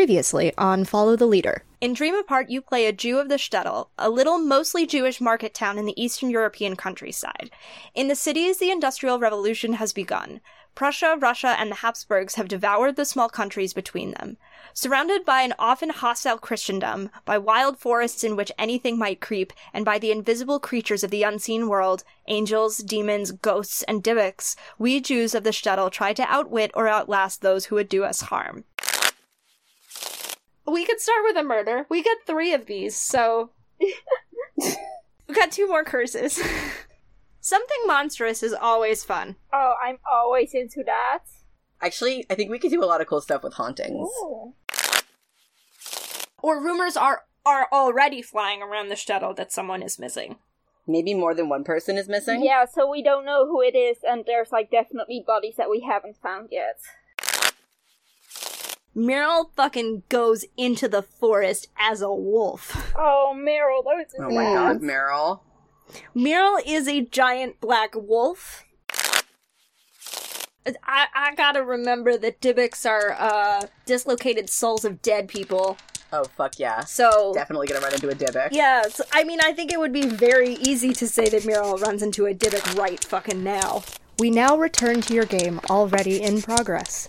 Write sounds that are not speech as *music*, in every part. Previously on Follow the Leader. In Dream Apart, you play a Jew of the shtetl, a little mostly Jewish market town in the Eastern European countryside. In the cities, the Industrial Revolution has begun. Prussia, Russia, and the Habsburgs have devoured the small countries between them. Surrounded by an often hostile Christendom, by wild forests in which anything might creep, and by the invisible creatures of the unseen world angels, demons, ghosts, and dibbiks we Jews of the shtetl try to outwit or outlast those who would do us harm. We could start with a murder. We got three of these, so. we got two more curses. *laughs* Something monstrous is always fun. Oh, I'm always into that. Actually, I think we could do a lot of cool stuff with hauntings. Ooh. Or rumors are are already flying around the shuttle that someone is missing. Maybe more than one person is missing. Yeah, so we don't know who it is, and there's like definitely bodies that we haven't found yet. Meryl fucking goes into the forest as a wolf. Oh, Meryl, those is Oh my bad. god, Meryl. Meryl is a giant black wolf. I, I gotta remember that Dibbics are uh, dislocated souls of dead people. Oh fuck yeah. So, Definitely gonna run into a Dybbuk. yes, I mean, I think it would be very easy to say that Meryl runs into a Dibbic right fucking now. We now return to your game already in progress.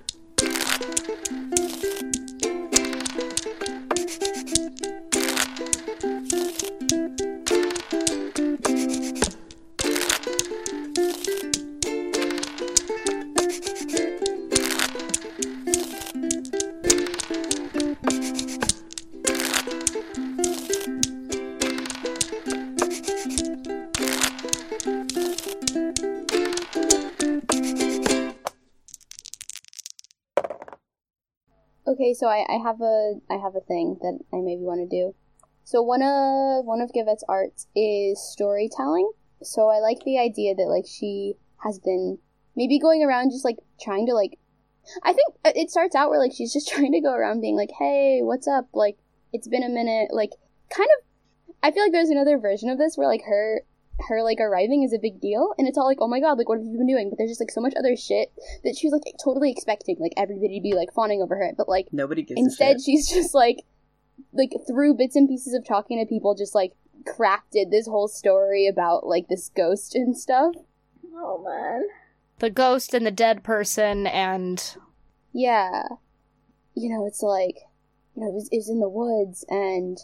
Okay, so I, I have a I have a thing that I maybe want to do. So one of one of Givet's arts is storytelling. So I like the idea that like she has been maybe going around just like trying to like I think uh, it starts out where like she's just *laughs* trying to go around being like, "Hey, what's up? Like it's been a minute." Like kind of I feel like there's another version of this where like her her like arriving is a big deal and it's all like, "Oh my god, like what have you been doing?" But there's just like so much other shit that she's like totally expecting like everybody to be like fawning over her, but like Nobody gives a Instead, shit. she's just like, like through bits and pieces of talking to people, just like crafted this whole story about like this ghost and stuff. Oh man. The ghost and the dead person, and Yeah, you know, it's like, you know, it was, it was in the woods, and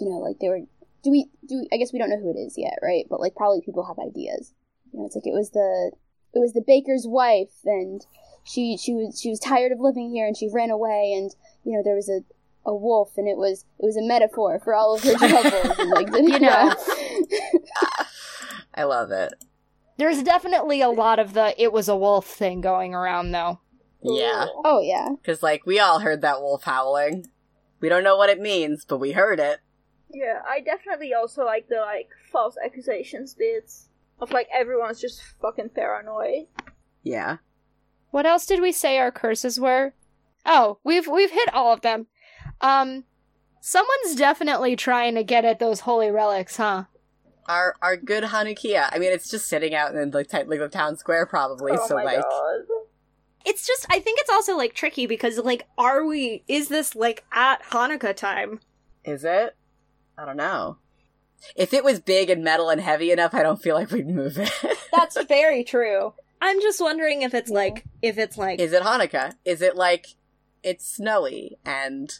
you know, like they were. Do we do? we- I guess we don't know who it is yet, right? But like, probably people have ideas. You know, it's like it was the it was the baker's wife, and she she was she was tired of living here, and she ran away, and you know, there was a a wolf, and it was it was a metaphor for *laughs* all of her troubles, and like, *laughs* You know. I love it. there's definitely a lot of the it was a wolf thing going around, though. Yeah. Ooh. oh yeah, Cause like we all heard that wolf howling. We don't know what it means, but we heard it. Yeah, I definitely also like the like false accusations bits of like everyone's just fucking paranoid. Yeah. What else did we say our curses were? Oh, we've we've hit all of them. Um someone's definitely trying to get at those holy relics, huh? Our our good Hanukkah. I mean, it's just sitting out in the t- like the town square probably. oh so my like, god. It's just, I think it's also like tricky because, like, are we, is this like at Hanukkah time? is it? I don't know. If it was big and metal and heavy enough, I don't feel like we'd move it. *laughs* That's very true. I'm just wondering if it's like if it's like is it Hanukkah? Is it like it's snowy and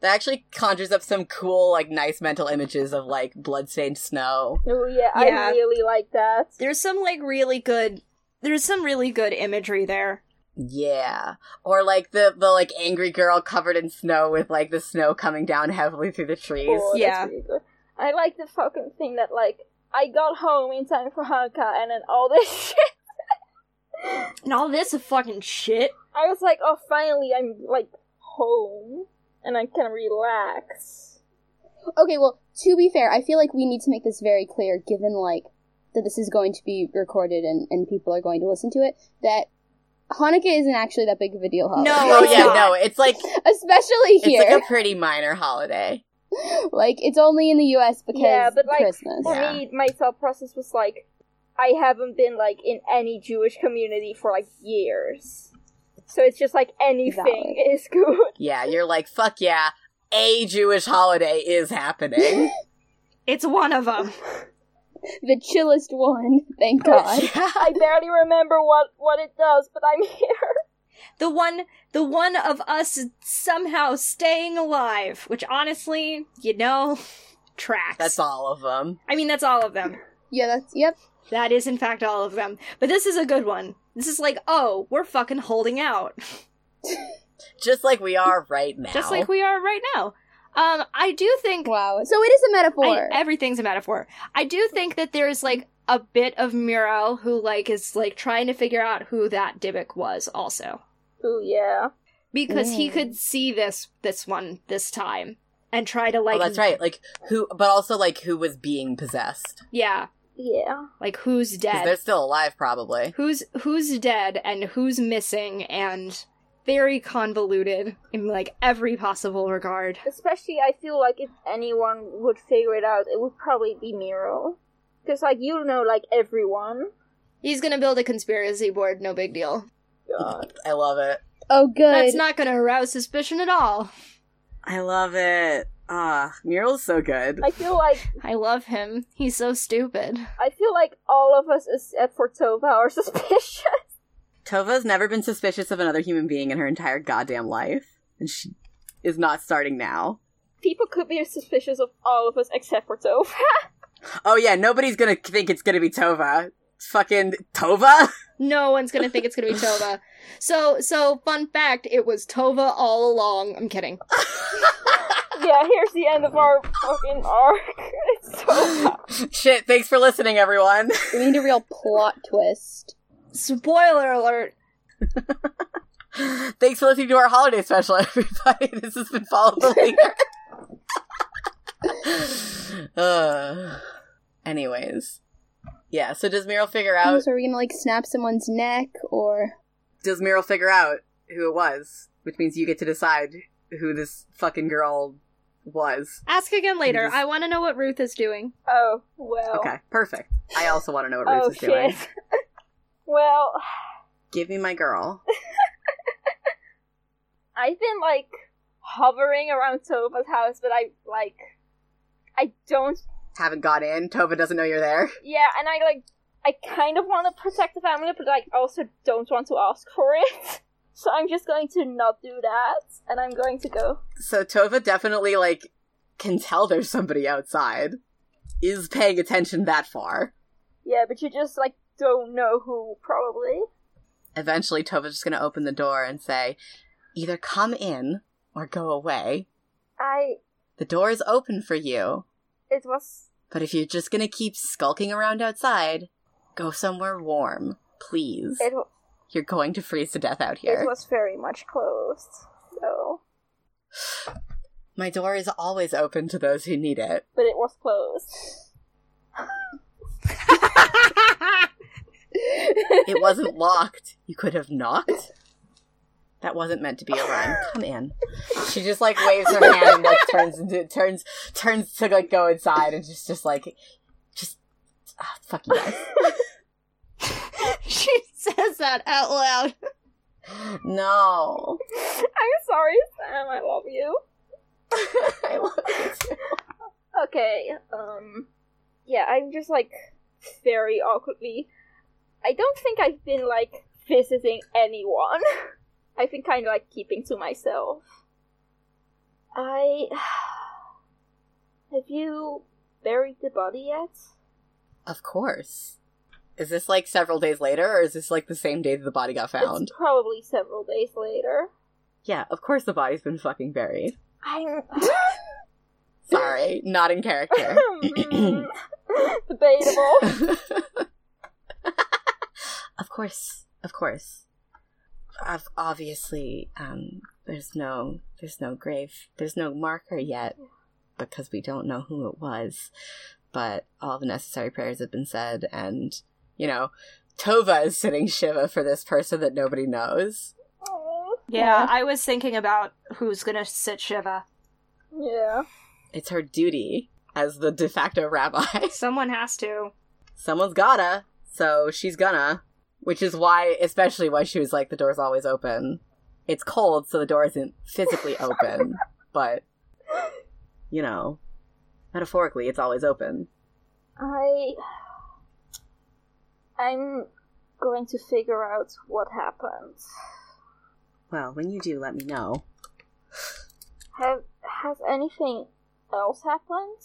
that actually conjures up some cool, like nice mental images of like bloodstained snow. Oh yeah, Yeah. I really like that. there's some like really good there's some really good imagery there. Yeah. Or like the the like angry girl covered in snow with like the snow coming down heavily through the trees. Oh, that's Yeah. really good. I like the fucking thing that like I got home in time for Hanukkah and then all this shit. And all this fucking shit. I was like, oh, finally I'm like home and I can relax. Okay, well, to be fair, I feel like we need to make this very clear, given like that this is going to be recorded and, and people are going to listen to it, that Hanukkah isn't actually that big of a deal holiday. No. Oh yeah, God. no, it's like *laughs* Especially it's like here. a pretty minor holiday. *laughs* like it's only in the U.S. because Yeah, but, like, Christmas. For Yeah. me, my thought process was like, I haven't been like in any Jewish community for like years, so it's just like anything is good. *laughs* Yeah, you're like, fuck yeah, a Jewish holiday is happening. It's one of them. The chillest one, *laughs* thank *laughs* God. yeah. I barely remember what what it does, but I'm *laughs* here. The one, the one of us somehow staying alive, which honestly, you know, tracks. That's all of them. I mean, that's all of them. Yeah, that's yep. That is, in fact, all of them. But this is a good one. This is like, oh, we're fucking holding out, Just like we are right now. just like we are right now. Um, I do think Wow. So it is a metaphor. I- everything's a metaphor. I do think that there's like a bit of Muriel who like is like trying to figure out who that Dybbuk was also Oh yeah, because he Mm. could see this this one this time and try to like oh, that's right. Like who, but also like who was being possessed. yeah yeah. like who's 'Cause they're dead still alive, probably. who's who's dead and who's missing and very convoluted in like every possible regard. Especially, I feel like if anyone would figure it out, it would probably be Miro, because like you know, like everyone. He's gonna build a conspiracy board, no big deal. God. *laughs* I love it. oh, good. That's not gonna arouse suspicion at all. I love it. Ah, Muriel's so good. I feel like I love him. He's so stupid. I feel like all of us, except for Tova, are *laughs* suspicious. Tova's never been suspicious of another human being in her entire goddamn life, and she is not starting now. People could be suspicious of all of us except for Tova. *laughs* Oh yeah, nobody's gonna think it's gonna be Tova. Fucking Tova. *laughs* No one's gonna think it's gonna be Tova. So, so fun fact: it was Tova all along. I'm kidding. yeah, here's the end of our fucking arc. *laughs* It's so Shit. Thanks for listening, everyone. *laughs* we need a real plot *laughs* twist. Spoiler alert. thanks for listening to our holiday special, *laughs* everybody. This has been Follow the Leader. *laughs* uh, anyways, yeah. So does Muriel figure out? so are we gonna like snap someone's neck or? does Meryl figure out who it was, which means you get to decide who this fucking girl was. Ask again later. Yes. I want to know what Ruth is doing. *laughs* Oh well. Okay, perfect. I also want to know what Ruth *laughs* Oh is doing. shit. well, Give me my girl. I've been like hovering around Tova's house, but I like, I don't. Haven't got in. Tova doesn't know you're there. Yeah, and I like, I kind of want to protect the family, but like also don't want to ask for it. *laughs* So I'm just going to not do that, and I'm going to go. So Tova definitely like can tell there's somebody outside. Is paying attention that far. Yeah, but you just like don't know who probably. Eventually, Tova's just gonna open the door and say, "Either come in or go away. I. The door is open for you." It was But if you're just gonna keep skulking around outside, go somewhere warm, please. It, w- You're going to freeze to death out it here. was very much closed. So, My door is always open to those who need it. but it was closed. *laughs* *laughs* It wasn't locked. You could have knocked. That wasn't meant to be a rhyme. Come in. She just like waves her hand and like turns into turns turns to like go inside and just just like just ah, fuck you guys. she says that out loud. No. *laughs* I'm sorry, Sam. I love you. I love it. Okay. Um. Yeah, I'm just like very awkwardly. I don't think I've been like visiting anyone. *laughs* I've been kind of like keeping to myself. I. *sighs* Have you buried the body yet? Of course. Is this like several days later, or is this like the same day that the body got found? It's probably several days *clears throat* later. Yeah, of course the body's been fucking buried. I'm. Sorry, not in *laughs* character. Mm, *laughs* Debatable. of course, of course. I've obviously, um, there's no, there's no grave, there's no marker yet because we don't know who it was. But all the necessary prayers have been said, and you know, Tova is sitting shiva for this person that nobody knows. Aw, Yeah, I was thinking about who's gonna sit Shiva. yeah. It's her duty as the de facto rabbi. *laughs* Someone has to. Someone's gotta, so she's gonna. Which is why, especially why she was like, the door's always open. It's cold, so the door isn't physically *laughs* open, but, you know, metaphorically, it's always open. I. I'm going to figure out what happened. Well, when you do, let me know. Have has anything else happened?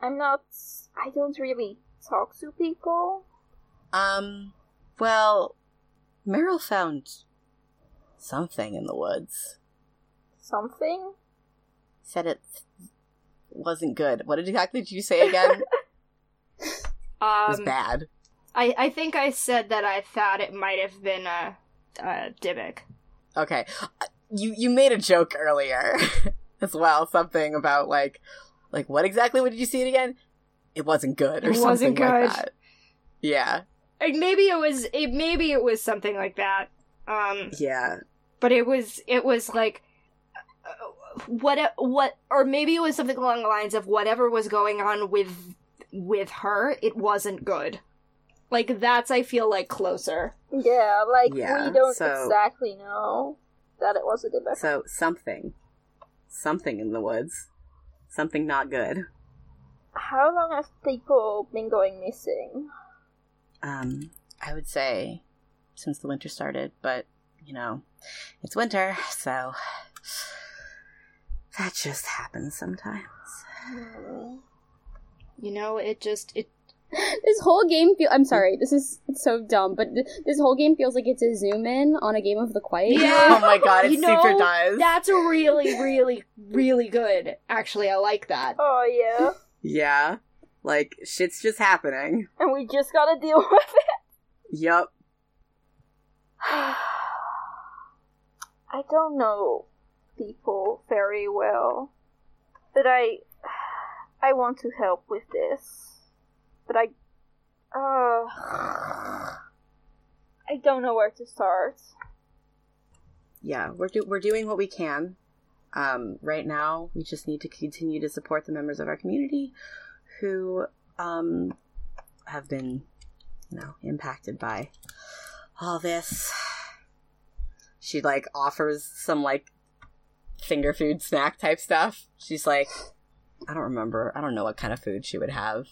I'm not. I don't really talk to people. Um, well, Meryl found something in the woods. Something. Said it wasn't good. What exactly did you say again? it was Um, bad. I, I think I said that I thought it might have been a, a Dybbuk. Okay. Uh, You you made a joke earlier *laughs* as well, something about like like what exactly What did you see it again? It wasn't good or It something wasn't like good. that. Yeah. Like maybe it was it maybe it was something like that. Um, Yeah. but it was it was like uh, what what or maybe it was something along the lines of whatever was going on with with her. It wasn't good. Like that's I feel like closer. Yeah, like Yeah, we don't so- exactly know that it was a Dybbuk. So something. Something in the woods. Something not good. How long have people been going missing? Um I would say since the winter started, but you know, it's winter, so *sighs* that just happens sometimes. Hmm. You know, it just it *laughs* this whole game feel. I'm sorry, this is so dumb, but th- this whole game feels like it's a zoom in on a game of the quiet. Yeah. *laughs* Oh my god, it You super know, does. that's really really really good. Actually, I like that. Oh yeah, Yeah. Like, shit's just happening. and we just gotta deal *laughs* with it. Yup. I don't know people very well, but I I want to help with this, but I uh I don't know where to start. Yeah, we're, do- we're doing what we can. Um, right now, we just need to continue to support the members of our community who um, have been, you know, impacted by all this. She, like, offers some, like, finger food snack type stuff. She's like, I don't remember. I don't know what kind of food she would have.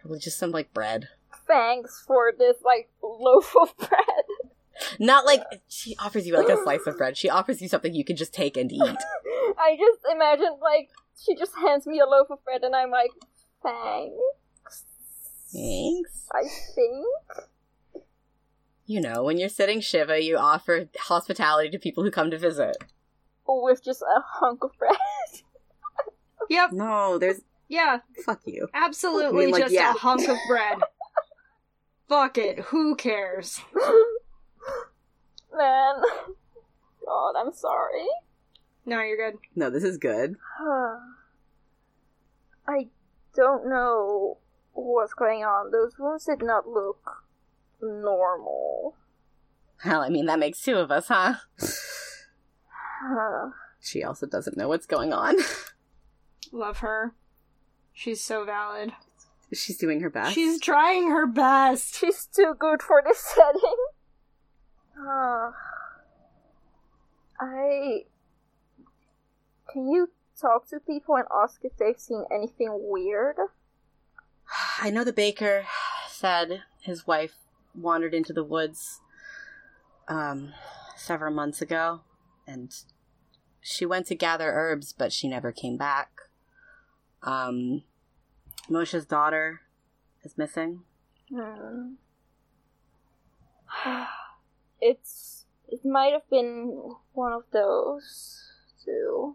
Probably just some, like, bread. Thanks for this like loaf of bread. *laughs* Not like she offers you like a slice of bread. She offers you something you can just take and eat. I just imagine like she just hands me a loaf of bread and I'm like, thanks. *laughs* Thanks. I think. You know, when you're sitting Shiva, you offer hospitality to people who come to visit. With just a hunk of bread. Yep. No, there's Yeah. fuck you. Absolutely I mean, like, just yeah. a hunk of *laughs* bread. Fuck it. Who cares? Man. *laughs* God, I'm sorry. No, you're good. No, this is good. *sighs* I don't know what's going on. Those wounds did not look normal. *sighs* Well, I mean that makes two of us, huh? Huh. She also doesn't know what's going on. *laughs* Love her. She's so valid. She's doing her best. She's trying her best. She's too good for this *laughs* setting. *sighs* Huh. I. Can you talk to people and ask if they've seen anything weird? *sighs* I know the baker said his wife wandered into the woods um, several months ago, and she went to gather herbs, but she never came back. Um, Moshe's daughter is missing. Hmm. *sighs* It's. It might have been one of those two.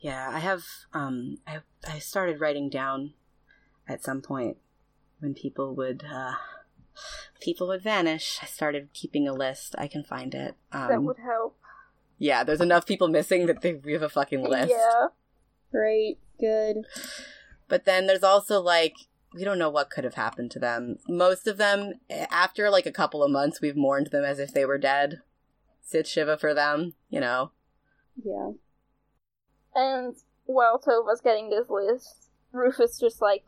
Yeah, I have. Um, I I started writing down at some point when people would uh, people would vanish. I started keeping a list. I can find it. Um, That would help. Yeah, there's enough people missing that they, we have a fucking list. Yeah. Great, good. But then there's also like we don't know what could have happened to them. Most of them, after like a couple of months, we've mourned them as if they were dead. Sit Shiva for them, you know. Yeah. And while Tova's getting this list, Rufus just like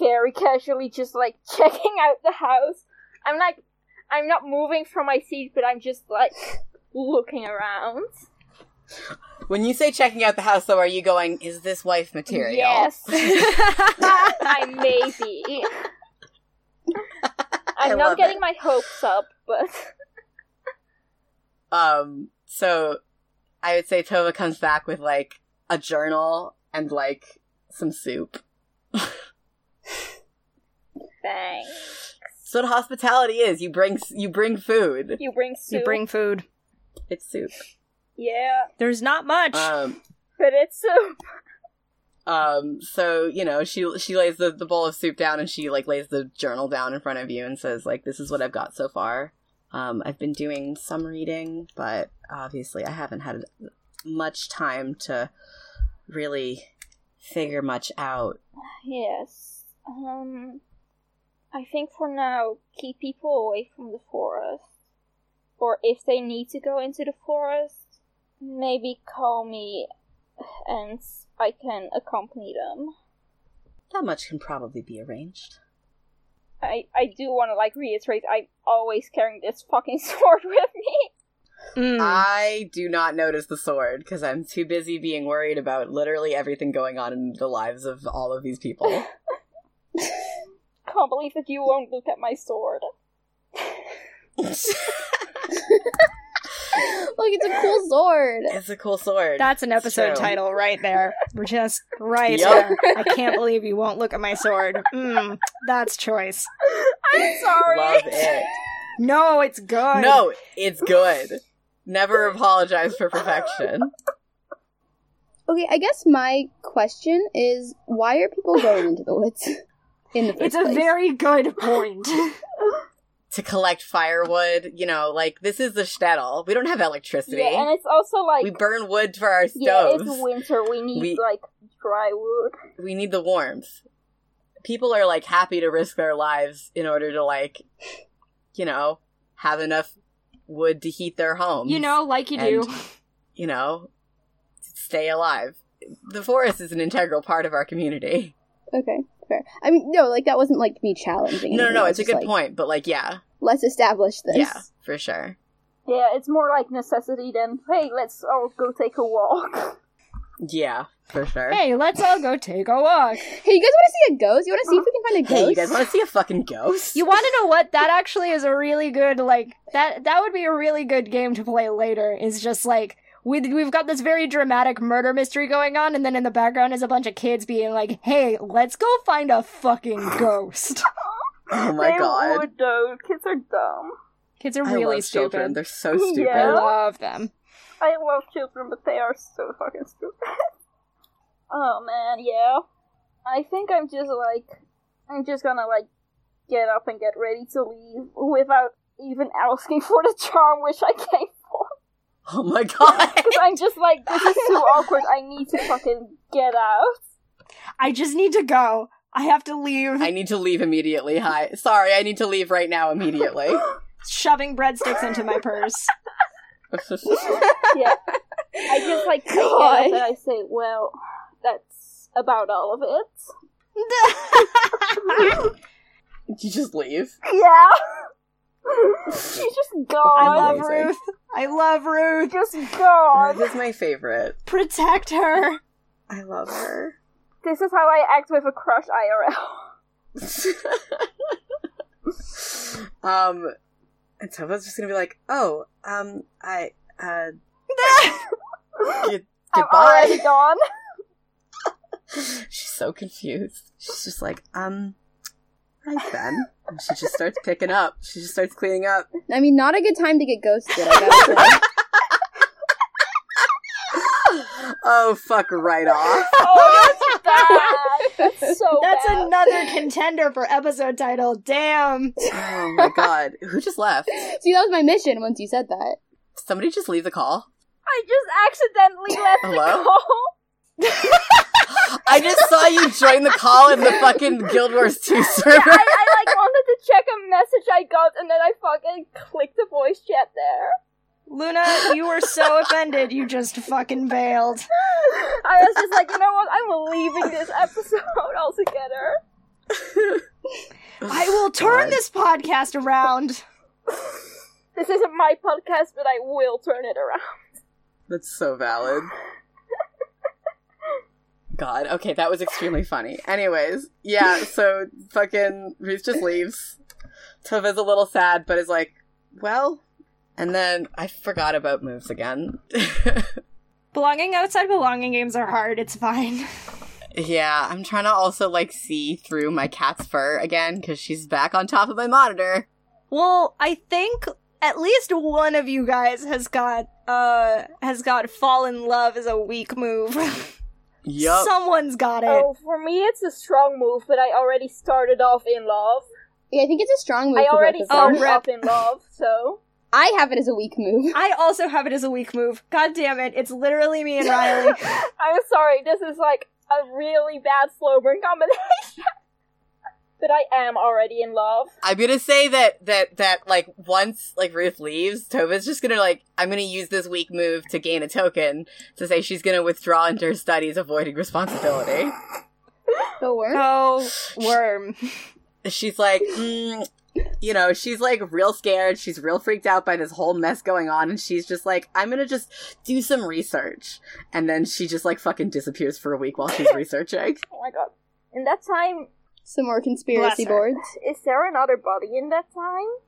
very casually just like *laughs* checking out the house. I'm like I'm not moving from my seat, but I'm just like looking around. When you say checking out the house, though, are you going, is this wife material? Yes. *laughs* I may be. I'm I love not getting it. my hopes up, but *laughs* *laughs* Um, so I would say Tova comes back with like a journal and like some soup. thanks. That's what hospitality is. You bring you bring food. You *laughs* bring soup. You bring food. It's soup. Yeah, There's not much. Um, but it's soup. um. So you know she she lays the, the bowl of soup down and she like lays the journal down in front of you and says like this is what I've got so far. Um, I've been doing some reading, but obviously I haven't had much time to really figure much out. *laughs* Yes. Um, I think for now, keep people away from the forest. Or if they need to go into the forest, maybe call me and I can accompany them. That much can probably be arranged. I, I do want to like reiterate I'm always carrying this fucking *laughs* sword with me. Mm. uh, I do not notice the sword because I'm too busy being worried about literally everything going on in the lives of all of these people. Can't believe that you won't look at my sword. it's *laughs* Look, it's a cool sword. a cool sword. That's an episode true. title right there. We're *laughs* just right Yup. there. I can't believe you won't look at my sword. Mm, that's choice. *laughs* I'm sorry. Love it. No, it's good. No, it's good. Never apologize for perfection. Okay, I guess my question is why are people going into the woods *laughs* in the first It's a place? very good *laughs* point. To collect firewood, you know, like this is the shtetl. We don't have electricity. Yeah, and it's also like we burn wood for our yeah, stoves. it's winter. We need We- like dry wood. we need the warmth. People are like happy to risk their lives in order to like, you know, have enough wood to heat their homes. you know, like you do. you know, stay alive. The forest is an integral part of our community. Okay, fair. I mean, no, like that wasn't like me challenging. No, no, anything. no. I It's a was just good like, point, but like, yeah, Let's establish this. yeah, for sure. Yeah, it's more like necessity than hey, let's all go take a walk. Yeah, for sure. Hey, let's all go take a walk. *laughs* Hey, you guys want to see a ghost? You want to see if we can find a ghost? Hey, you guys want to see a fucking ghost? You want to know what? That actually is a really good like that. That would be a really good game to play later. Is just like we we've got this very dramatic murder mystery going on, and then in the background is a bunch of kids being like, "Hey, let's go find a fucking *sighs* ghost." oh my they god. would though. Kids are dumb. kids are I really love stupid. children. They're so Yeah. stupid. I love them. I love children, but they are so fucking stupid. *laughs* oh man, yeah. I think I'm just like, I'm just gonna like get up and get ready to leave without even asking *laughs* for the charm which I came for. Oh my *laughs* god. Because I'm just like, this is *laughs* too awkward. I need to fucking get out. I just need to go. I have to leave. I need to leave immediately. Hi. Sorry, I need to leave right now immediately. *laughs* Shoving breadsticks into my *laughs* purse. yeah. I just like take it God. up and I say, well, that's about all of it. you just leave. Yeah. *laughs* She's just gone. I love Amazing. Ruth. I love Ruth. just gone. Ruth is my favorite. Protect *laughs* her. I love her. This is how I act with a crush IRL. *laughs* um, and Tova's just gonna be like, "Oh, um, I, uh, good- *laughs* I'm already goodbye." gone. *laughs* *laughs* She's so confused. She's just like, "Um, right then." And she just starts picking up. She just starts cleaning up. I mean, not a good time to get ghosted. *laughs* I gotta say. Oh, fuck right off. Oh, that's bad. That's so That's bad. another contender for episode title. Damn. Oh my god, who just left? *laughs* see, that was my mission. Once you said that, Somebody just leave the call. I just accidentally left Hello? the *laughs* call. I just saw you join the call in the fucking Guild Wars 2 Yeah, server. I, I like wanted to check a message I got and then I fucking clicked the voice chat there. Luna, you were *laughs* so offended you just fucking bailed. I was just like, you know what? I'm leaving this episode *laughs* altogether. I will turn Oh, God. this podcast around. This isn't my podcast, but I will turn it around. That's so valid. God, okay, that was extremely funny. Anyways, yeah, so fucking Reese just leaves. Tove is a little sad, but is like, well. And then I forgot about moves again. *laughs* Belonging outside belonging games are hard. It's fine. yeah, I'm trying to also like see through my cat's fur again because she's back on top of my monitor. Well, I think at least one of you guys has got uh has got fall in love is a weak move. *laughs* Yup. Someone's got it. Oh, for me, it's a strong move, but I already started off in love. Yeah, I think it's a strong move. I for both already of them. started rip. off in love, so I have it as a weak *laughs* move. I also have it as a weak move. God damn it. It's literally me and *laughs* Riley. I'm sorry. This is like a really bad slow burn combination. *laughs* but I am already in love. I'm gonna say that that that like once like Ruth leaves, Tova's just gonna like I'm gonna use this weak move to gain a token to say she's gonna withdraw into her studies, avoiding responsibility. Go work. oh, worm. She's like, mm, you know, she's like real scared. She's real freaked out by this whole mess going on, and she's just like, I'm gonna just do some research, and then she just like fucking disappears for a week while she's researching. Oh my god! In that time, *laughs* Some more conspiracy Bless her. boards. is there another body in that time?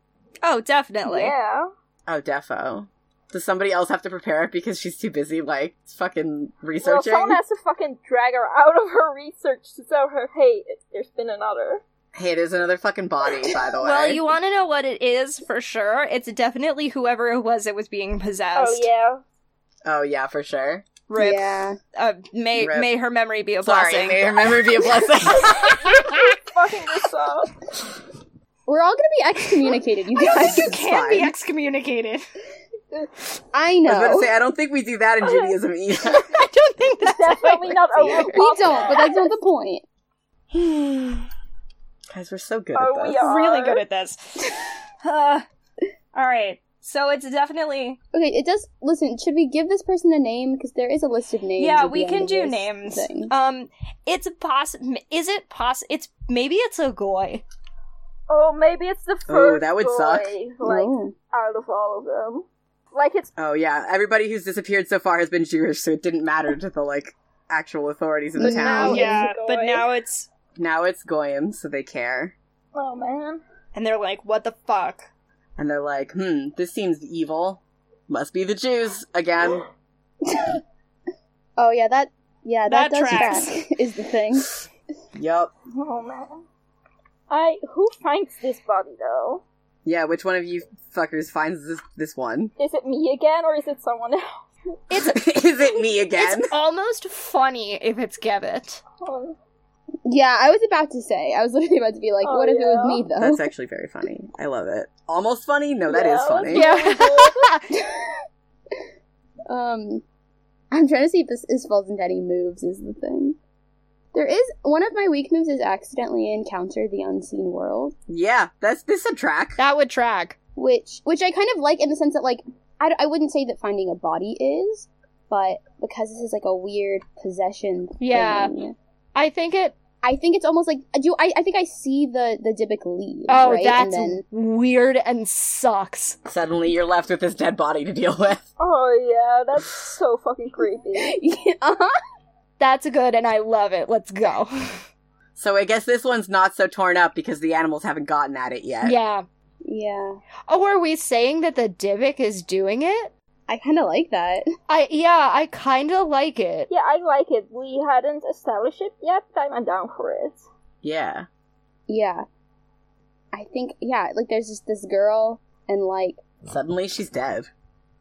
oh, definitely. Yeah. Oh, defo. Does somebody else have to prepare it because she's too busy like fucking Well, researching? someone has to fucking drag her out of her research to tell her, hey, there's been another. hey, there's another fucking body, by the *laughs* way. Well, you want to know what it is for sure? It's definitely whoever it was that was being possessed. Oh yeah. Oh yeah, for sure. Rip. Yeah. Uh, may Rip. may her memory be a Sorry, blessing. may your memory be a blessing. Fucking this up. We're all gonna be excommunicated, you guys. You can be *laughs* fine. excommunicated. I *laughs* I was about to know. say I don't think we do that in Judaism either. I don't think *laughs* that's Definitely not a We don't, but that's not the point. Guys, we're so good Oh, at we this. are. Really good at *laughs* this. Uh, all right. So it's definitely Okay, it does. Listen, should we give this person a name? Because there is a list of names. yeah at the we end can of do this names thing. *laughs* um it's poss m- is it poss it's maybe it's a goy Oh, maybe it's the Oh, first. that would boy, suck. Like Oh. out of all of them, like it's Oh yeah, everybody who's disappeared so far has been Jewish, so it didn't matter to the like actual authorities in the But town. now- Oh, yeah, it's a but goy. now it's Now it's Goyim, so they care, oh man. and they're like, what the fuck? and they're like, "Hmm, this seems evil. Must be the Jews again." Oh yeah, that yeah that, That does tracks. track *laughs* is the thing. yup. Oh man. I who finds this body though? Yeah, which one of you fuckers finds this this one? Is it me again or is it someone else? *laughs* Is it me again? It's almost funny if it's Gebbet. Oh, Yeah, I was about to say. I was literally about to be like, Oh, what if it was yeah. me *laughs* though? That's actually very funny. I love it. Almost funny? No, that is Yeah. funny. Um, I'm trying to see if this is falls into any moves. Is the thing? There is one of my weak moves is accidentally encounter the unseen world, Yeah, that's this a *laughs* track. That would track. which which I kind of like in the sense that like I, d- I wouldn't say that finding a body is, but because this is like a weird possession. Yeah. thing, I think it. I think it's almost like do I? I think I see the the Dybbuk leave. Oh, right? that's and weird and sucks. Suddenly you're left with this dead body to deal with. *laughs* oh yeah, that's so fucking creepy. then *laughs* yeah, uh-huh. That's good, and I love it. Let's go. So I guess this one's not so torn up because the animals haven't gotten at it *laughs* yet. yeah. yeah. Oh, are we saying that the Divic is doing it? I kind of like that. I yeah, I kind of like it. Yeah, I like it. We hadn't established it yet, but I'm down for it. Yeah. Yeah. I think yeah, like there's just this girl and like Suddenly she's dead.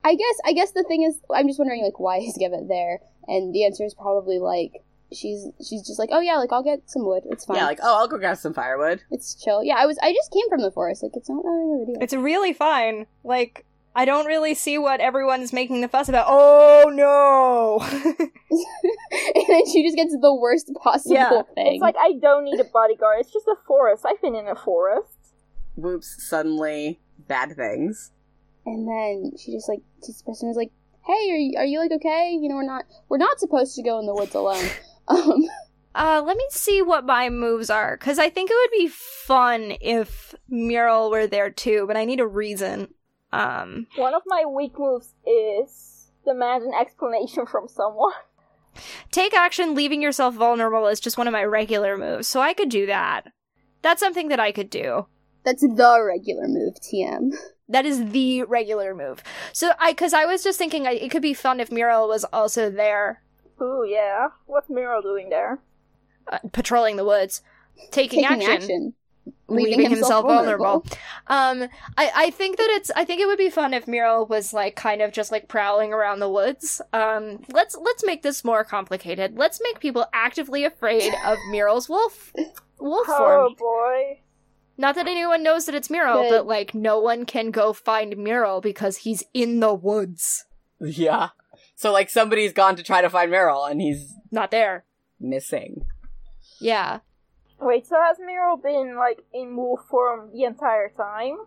I guess I guess the thing is I'm just wondering like why is Gebbet there? And the answer is probably like she's she's just like, Oh yeah, like I'll get some wood. It's fine. Yeah, like, oh, I'll go grab some firewood. it's chill. Yeah, I was I just came from the forest, like it's not that big *laughs* of a deal. *laughs* it's really fine like i don't really see what everyone's making the fuss about oh no *laughs* and then she just gets the worst possible Yeah, thing. It's like I don't need a bodyguard. It's just a forest. I've been in a forest. Whoops, suddenly bad things. and then she just like this person is like, "Hey, are you, are you like okay? You know, we're not we're not supposed to go in the woods alone." *laughs* Um, Uh, let me see what my moves are, because I think it would be fun if Mural were there too, but I need a reason. Um, One of my weak moves is demand an explanation from someone. *laughs* take action, leaving yourself vulnerable is just one of my regular moves, so I could do that. That's something that I could do. that's the regular move, TM. That is the regular move. So I, because I was just thinking I, it could be fun if Mural was also there, Ooh, yeah. What's Miro doing there? uh, patrolling the woods, taking, Taking action. action, leaving, himself, vulnerable. Um, I, I think that it's I think it would be fun if Miro was like kind of just like prowling around the woods. Um, let's let's make this more complicated. Let's make people actively afraid of Miro's wolf wolf Oh form. boy. Not that anyone knows that it's Miro, Good. but like no one can go find Miro because he's in the woods, Yeah. So like somebody's gone to try to find Merrill and he's not there. missing. Yeah, Wait, so has Miro been like in wolf form the entire time?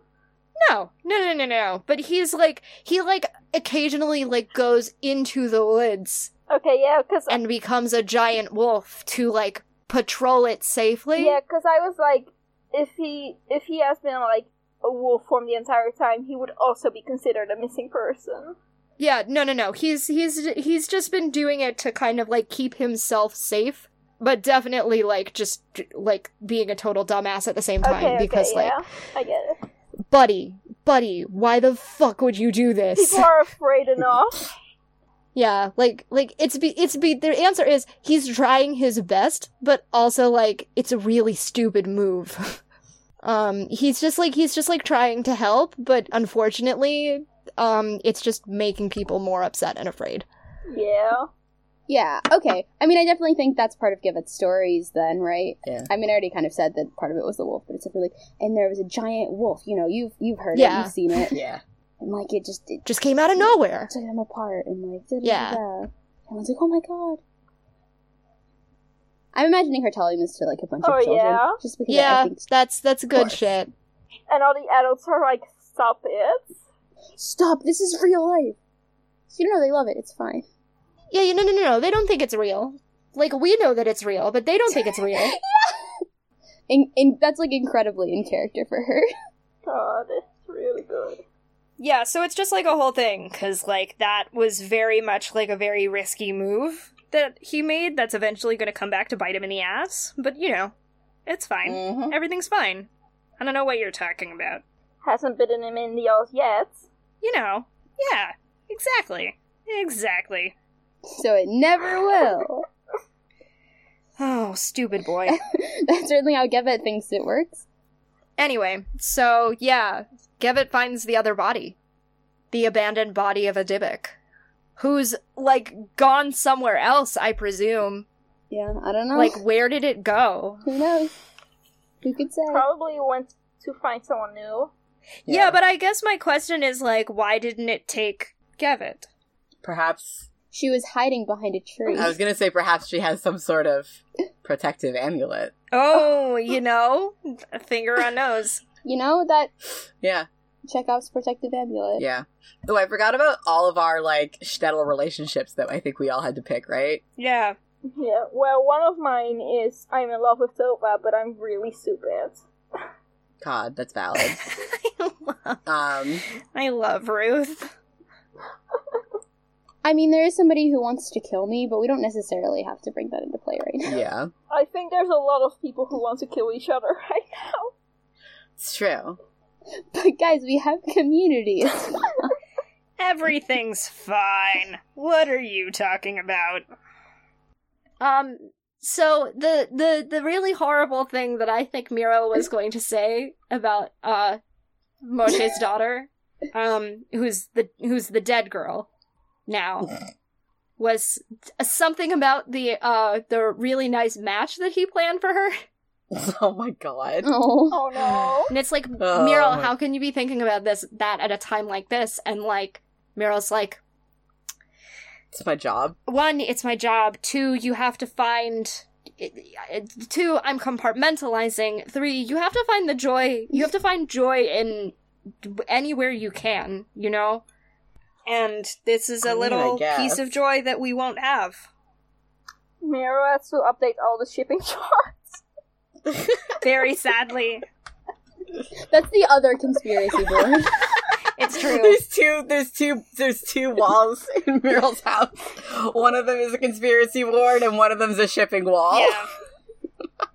no, no, no, no, no. But he's like he like occasionally like goes into the woods Okay, yeah, because and becomes a giant wolf to like patrol it safely. yeah, because I was like, if he if he has been like a wolf form the entire time, he would also be considered a missing person. Yeah, no no no. He's he's he's just been doing it to kind of like keep himself safe, but definitely like just like being a total dumbass at the same time Okay, because okay, like yeah, I get it. buddy, buddy, why the fuck would you do this? People are *laughs* afraid enough. yeah, like like it's be it's be the answer is he's trying his best, but also like it's a really stupid move. *laughs* um he's just like he's just like trying to help, but unfortunately um it's just making people more upset and afraid. Yeah. Yeah. Okay. I mean, I definitely think that's part of Givet's stories, then, right? Yeah. I mean, I already kind of said that part of it was the wolf, but it's definitely like, and there was a giant wolf. You know, you've you've heard Yeah. it, you've *laughs* seen it, Yeah. and like it just it Just came out of nowhere. took them apart and like da Yeah. da da. Everyone's like, oh my god. I'm imagining her telling this to like a bunch Oh, of children, yeah? just because I Yeah, think that's that's good course. shit. And all the adults are like, stop it. stop, this is real life. You know, they love it. It's fine. Yeah, you- no, no, no, no. They don't think it's real. Like we know that it's real, but they don't think it's real. And, and that's like incredibly in character for her. *laughs* God, it's really good. yeah, so it's just like a whole thing because like that was very much like a very risky move that he made. That's eventually going to come back to bite him in the ass. But you know, it's fine. Mm-hmm. Everything's fine. I don't know what you're talking about. Hasn't bitten him in the ass yet. You know. Yeah. Exactly. Exactly. So it never will. *laughs* Oh, stupid boy. that's certainly how Gevet thinks it works. Anyway, so yeah, Gevet finds the other body. The abandoned body of a Dybbuk. Who's, like, gone somewhere else, I presume. Yeah, I don't know. Like, where did it go? Who knows? Who could say? Probably went to find someone new. Yeah. but I guess my question is, like, why didn't it take Gevet? perhaps She was hiding behind a tree. I was gonna say perhaps she has some sort of protective amulet. Oh, you know? Finger on nose. You know that Yeah. Chekhov's protective amulet. Yeah. Oh, I forgot about all of our like shtetl relationships that I think we all had to pick, right? *laughs* Yeah. Yeah, well, one of mine is I'm in love with Toba, but I'm really stupid. God, that's *laughs* valid. *laughs* I love, um I love Ruth. I mean, there is somebody who wants to kill me, but we don't necessarily have to bring that into play right now. *laughs* yeah. I think there's a lot of people who want to kill each other *laughs* right now. It's true. *laughs* But guys, we have communities. *laughs* Everything's fine. What are you talking about? Um so the the the really horrible thing that I think Miro was going to say about uh Moshe's daughter, um who's the who's the dead girl now was something about the uh the really nice match that he planned for her. Oh my god. oh, Oh no. And it's like, Oh, Meryl, my- how can you be thinking about this that at a time like this? And like Meryl's like, It's my job. one, it's my job. Two, you have to find. Two, I'm compartmentalizing. Three, you have to find the joy. You have to find joy in d- anywhere you can, you know? And this is a I mean, I little guess. piece of joy that we won't have. Miro has to update all the shipping *laughs* charts. Very sadly. *laughs* That's the other conspiracy *laughs* board. It's true. *laughs* There's two. There's two. There's two walls *laughs* in Muriel's house. One of them is a conspiracy ward, and one of them's a shipping wall. Yeah.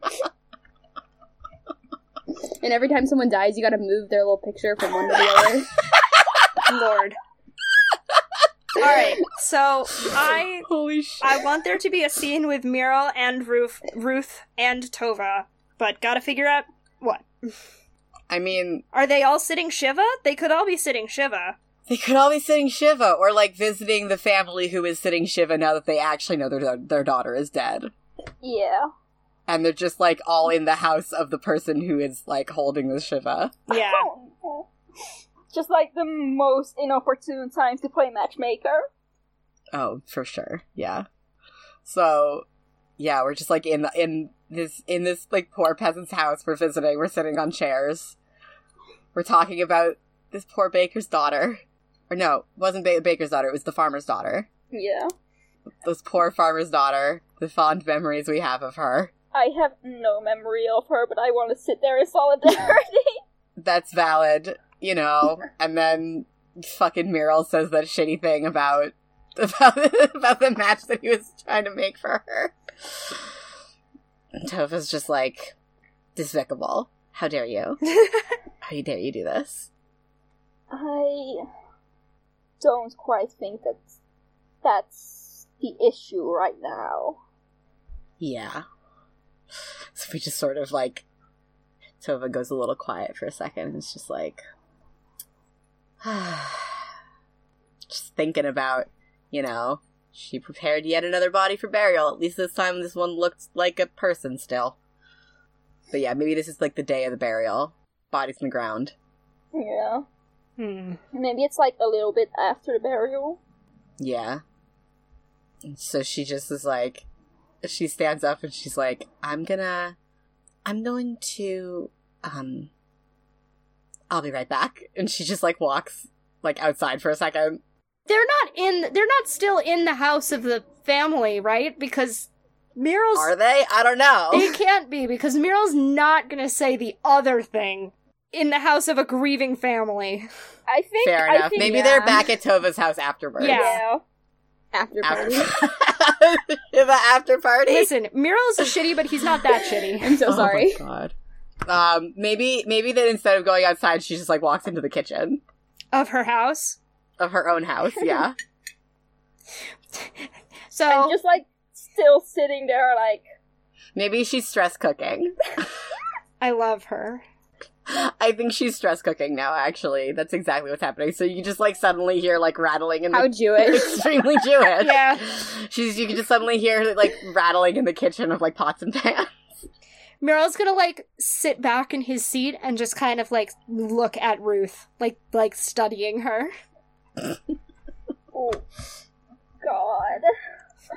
and every time someone dies, you gotta move their little picture from one to the other. *laughs* *laughs* Lord. All right. So I *laughs* Holy shit! I want there to be a scene with Meryl and Ruth, Ruth and Tova, but gotta figure out what I mean, are they all sitting Shiva? They could all be sitting Shiva. they could all be sitting Shiva, or like visiting the family who is sitting Shiva now that they actually know their their daughter is dead, Yeah. and they're just like all in the house of the person who is like holding the Shiva. *laughs* Yeah. Just like the most inopportune times to play matchmaker. Oh, for sure. Yeah. So, yeah, we're just like in the, in this in this like poor peasant's house we're visiting. We're sitting on chairs. We're talking about this poor baker's daughter. Or no, wasn't ba- baker's daughter, it was the farmer's daughter. Yeah. This poor farmer's daughter, the fond memories we have of her. I have no memory of her, but I want to sit there in solidarity. *laughs* That's valid, you know. And then fucking Meryl says that shitty thing about *laughs* about about the match that he was trying to make for her. And Tova's just like despicable. How dare you? How dare you do this? I don't quite think that that's the issue right now. Yeah. So we just sort of like Tova goes a little quiet for a second. It's just like *sighs* just thinking about, you know, she prepared yet another body for burial. At least this time this one looked like a person still. But yeah, maybe this is like the day of the burial. Body's in the ground. Yeah. Hmm. Maybe it's like a little bit after the burial. Yeah. And so she just is like, she stands up and she's like, I'm gonna, I'm going to, um, I'll be right back. And she just like walks like outside for a second. They're not in they're not still in the house of the family, right? Because Miral's Are they? I don't They know. can't be because Miral's not going to say the other thing in the house of a grieving family. I think. Fair I enough. Think, Maybe yeah. they're back at Tova's house afterwards. Yeah. After After party. *laughs* the after party. Listen, Miral's shitty, but he's not that shitty. *laughs* I'm so *laughs* Oh my sorry. God. Um, maybe maybe that instead of going outside, she just like walks into the kitchen Of her house. of her own house. Yeah. So I'm just like still sitting there, like maybe she's stress cooking. I love her. *laughs* I think she's stress cooking now, actually. That's exactly what's happening. So you just like suddenly hear like rattling in the *laughs* How Jewish. extremely Jewish. Yeah. She's you can just suddenly hear like rattling in the kitchen of like pots and pans. *laughs* Miral's going to like sit back in his seat and just kind of like look at Ruth, like like studying her. oh god. *laughs*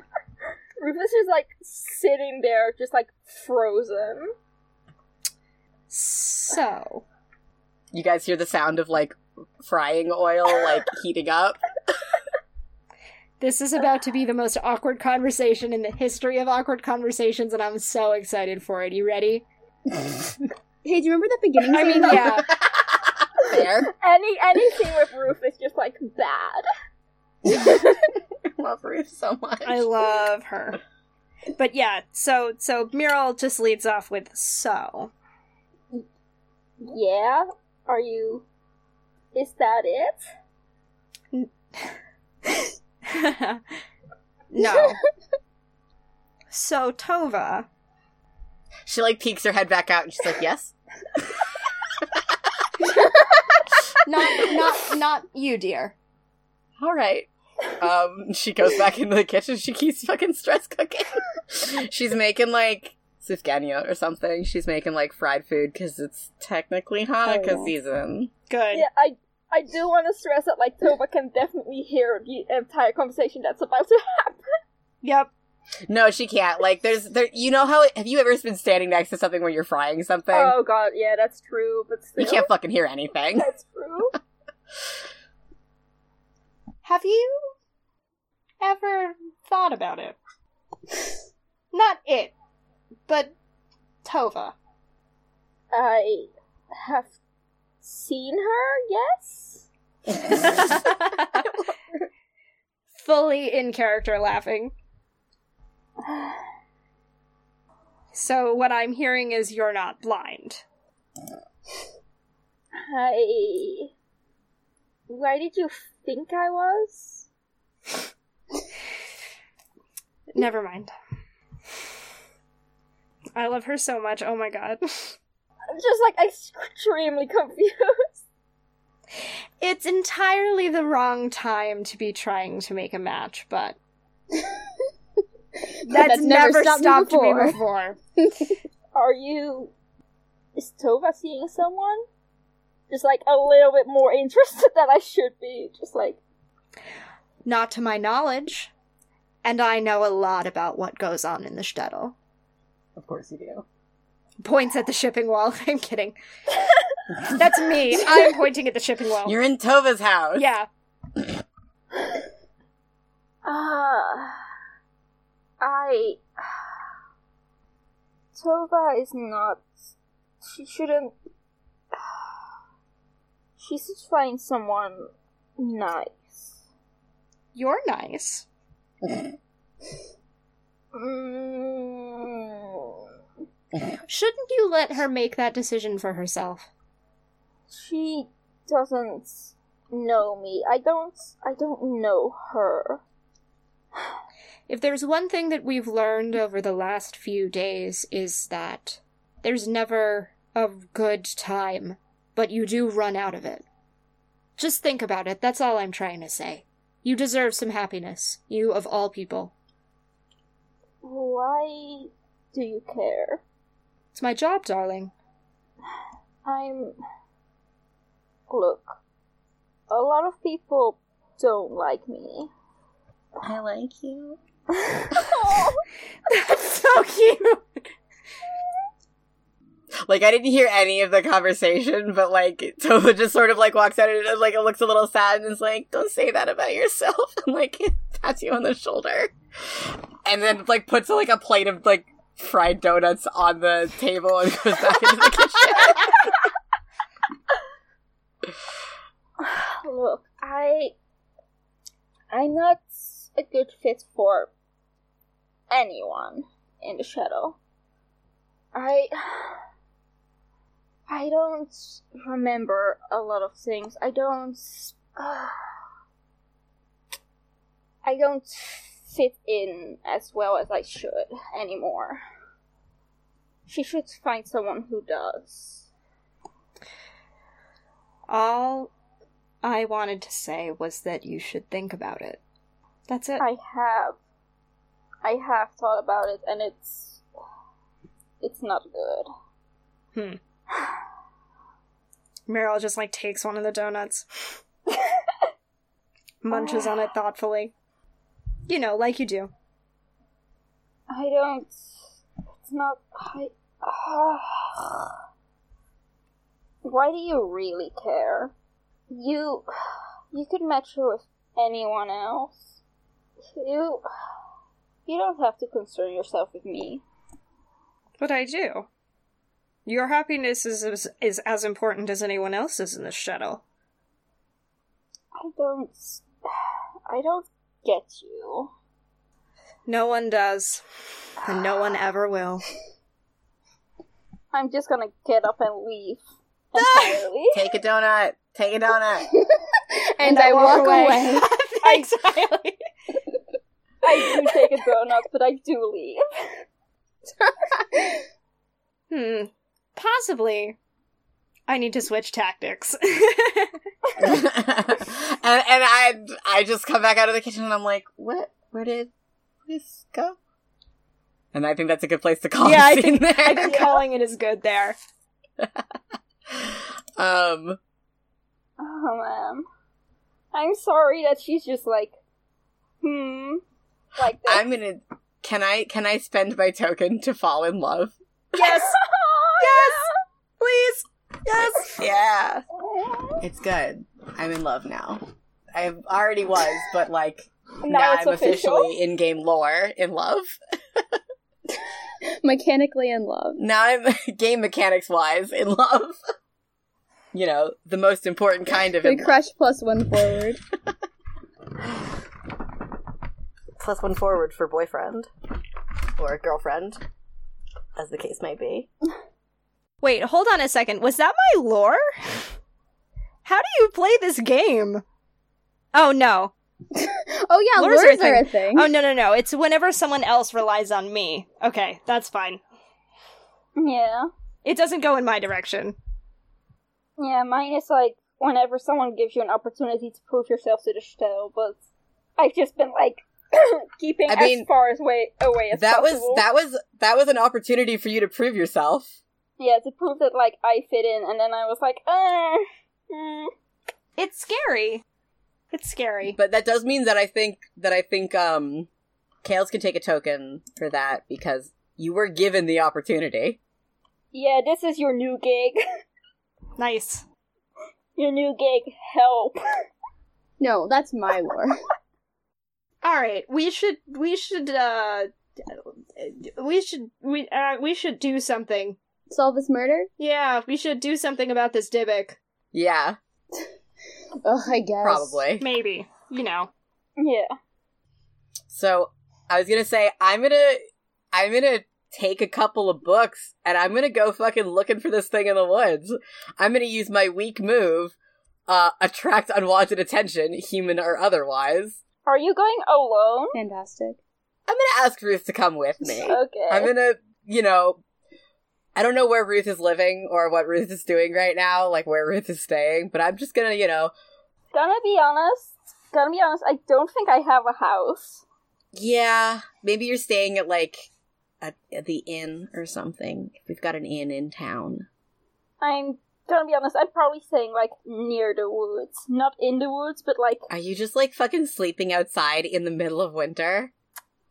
Rufus is like sitting there, just like frozen. So, You guys hear the sound of like frying oil like heating *laughs* up. this is about to be the most awkward conversation in the history of awkward conversations and I'm so excited for it. You ready? *laughs* Hey, do you remember that beginning? I *laughs* mean, scene? yeah. There. Any anything with Rufus is just like bad. Love Ruth so much. I love her. But yeah, so so Meryl just leads off with so. *laughs* Yeah. Are you? Is that it? no. so Tova, she like peeks her head back out and she's like, Yes? *laughs* not not not you, dear. Alright. Um, she goes back into the kitchen, she keeps fucking stress cooking. *laughs* She's making like sufganiyot or something. She's making like fried food because it's technically Hanukkah yeah. season. good. Yeah, I I do want to stress that like Tova can definitely hear the entire conversation that's about to happen. Yep. No, she can't. Like, there's there. You know how have you ever been standing next to something where you're frying something? Oh god, yeah, Oh, that's true. But *laughs* still, you can't fucking hear *laughs* anything. that's true. Have you ever thought about it? Not it, but Tova. I have seen her, yes? Fully in character laughing. So, what I'm hearing is you're not blind. I. Why did you think I was? Never mind. I love her so much. Oh my god. I'm just like extremely *laughs* confused. It's entirely the wrong time to be trying to make a match, but *laughs* that's, never, stopped, me, before. Are you. Is Tova seeing someone? Just like a little bit more *laughs* interested than I should be. Just like. Not to my knowledge. And I know a lot about what goes on in the shtetl. Of course you do. Points at the shipping wall. *laughs* *laughs* I'm kidding. That's me. I'm pointing at the shipping wall. You're in Tova's house. yeah. Ah, I. Tova is not. She shouldn't. She should find someone nice. You're nice. Mm, Shouldn't you let her make that decision for herself? she doesn't know me. I don't. I don't know her. If there's one thing that we've learned over the last few days is that there's never a good time, but you do run out of it. Just think about it. That's all I'm trying to say. You deserve some happiness. You, of all people. Why do you care? It's my job, darling. *laughs* I'm. Look, a lot of people don't like me. I like you. That's so cute. Like I didn't hear any of the conversation, but like Tova just sort of like walks out and like looks a little sad and is like, "Don't say that about yourself," *laughs* and like pats you on the shoulder, and then like puts like a plate of like fried donuts on the table and goes back into the kitchen. Look, I. I'm not a good fit for anyone in the shadow. I. I don't remember a lot of things. I don't. *sighs* I don't fit in as well as I should anymore. She should find someone who does. All I wanted to say was that you should think about it. That's it. I have. I have thought about it, and it's. It's not good. Meryl just like takes one of the *laughs* donuts, munches on it thoughtfully. You know, like you do. I don't. It's not. I. ah. why do you really care? You. You could match her with anyone else. You. You don't have to concern yourself with me. But I do. Your happiness is is, is as important as anyone else's in this shuttle. I don't. I don't get you. No one does, and no one ever will. I'm just gonna get up and leave entirely. Take a donut. Take a donut. And, I walk *laughs* away. exactly. I do take a donut, but I do leave. Hmm. Possibly. I need to switch tactics. *laughs* and *laughs* and I I just come back out of the kitchen and I'm like, what? Where did this go? And I think that's a good place to call. Yeah, I it in there. I think calling it is good there. *laughs* um. Oh man. I'm sorry that she's just like, hmm. Like that. *laughs* I'm gonna. Can I can I spend my token to fall in love? Yes, Please. Yes. Yeah. It's good. I'm in love now. I already was, but like now, Now it's I'm officially official? in game lore in love. *laughs* Mechanically in love. Now I'm *laughs* game mechanics wise in love. *laughs* You know, the most important kind of The in crush plus *laughs* one forward. plus one forward for boyfriend or girlfriend, as the case may be. Wait, hold on a second. Was that my lore? How do you play this game? Oh no. Oh yeah, Lures lures, are a are a thing. Oh no no no. It's whenever someone else relies on me. Okay, that's fine. Yeah. It doesn't go in my direction. Yeah, mine is like whenever someone gives you an opportunity to prove yourself to the show, but I've just been like *coughs* keeping I as mean, far as way away as that was possible. that was that was an opportunity for you to prove yourself. Yeah, to prove that like I fit in, and then I was like, uh, mm, It's scary. It's scary. But that does mean that I think that I think um Kales can take a token for that because you were given the opportunity. yeah, this is your new gig. *laughs* Nice. your new gig, help. *laughs* No, that's my lore. All right, we should we should uh we should we uh we should do something. Solve this murder? Yeah, we should do something about this Dybbuk. Yeah, Ugh, Oh, I guess. probably. Maybe, you know. yeah. So I was gonna say I'm gonna I'm gonna take a couple of books and I'm gonna go fucking looking for this thing in the woods. I'm gonna use my weak move, uh, attract unwanted attention, human or otherwise. Are you going alone? Fantastic. I'm gonna ask Ruth to come with me. Okay. I'm gonna, you know, I don't know where Ruth is living or what Ruth is doing right now, like where Ruth is staying, but I'm just gonna, you know, gonna be honest. Gonna be honest. I don't think I have a house. yeah, maybe you're staying at like at, at the inn or something. We've got an inn in town. I'm gonna be honest. I'm probably saying like near the woods, not in the woods, but like Are you just like fucking sleeping outside in the middle of winter?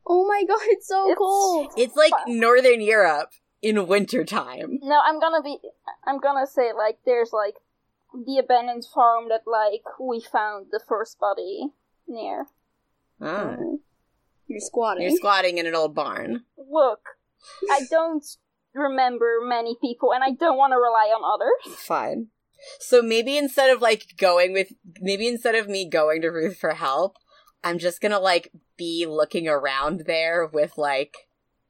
Oh my god, it's so It's- cold. It's like Fuck. Northern Europe in wintertime. No, I'm gonna be. I'm gonna say like there's like the abandoned farm that like we found the first body near. Ah, You're squatting. you're squatting in an old barn. Look, I don't remember many people, and I don't want to rely on others. Fine. So maybe instead of like going with, maybe instead of me going to Ruth for help, I'm just gonna like be looking around there with like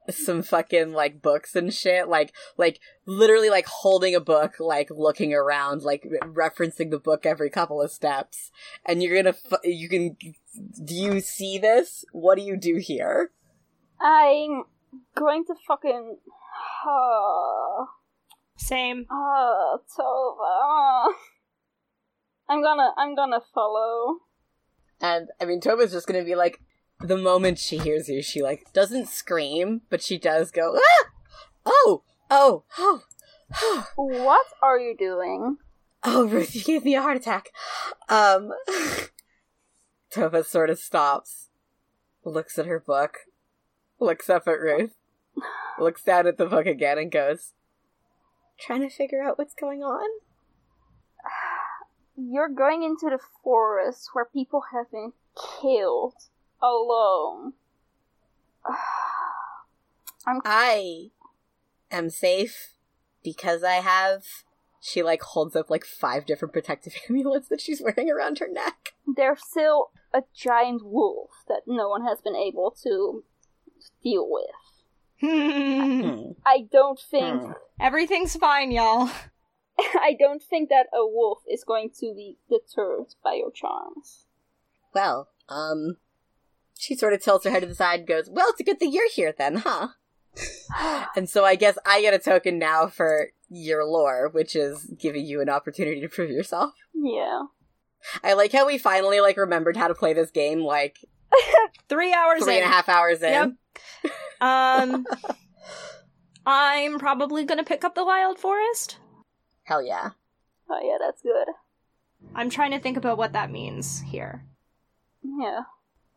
some fucking like books and shit like like literally like holding a book like looking around like referencing the book every couple of steps and you're gonna f- you can do you see this what do you do here I'm going to fucking. *sighs* Oh, Same. *laughs* oh Tova. I'm gonna. I'm gonna follow. And I mean, Toba's just gonna be like, the moment she hears you, she like doesn't scream, but she does go, ah, oh, oh, oh, oh, What are you doing? oh, Ruth, you gave me a heart attack. Um, *laughs* Toba sort of stops, looks at her book, looks up at Ruth, looks down at the book again, and goes, trying to figure out what's going on. You're going into the forest where people have been killed alone. I am safe because I have. She like holds up like five different protective *laughs* amulets that she's wearing around her neck. There's still a giant wolf that no one has been able to deal with. I don't think Everything's fine, y'all. *laughs* I don't think that a wolf is going to be deterred by your charms. Well, um, she sort of tilts her head to the side and goes, "Well, it's a good thing you're here then, *sighs* huh?" and so I guess I get a token now for your lore, which is giving you an opportunity to prove yourself. Yeah. I like how we finally like remembered how to play this game like Three hours three in. and a half hours in. Yep. Um, I'm probably gonna pick up the wild forest. Hell yeah. Oh yeah, that's good. I'm trying to think about what that means here, Yeah.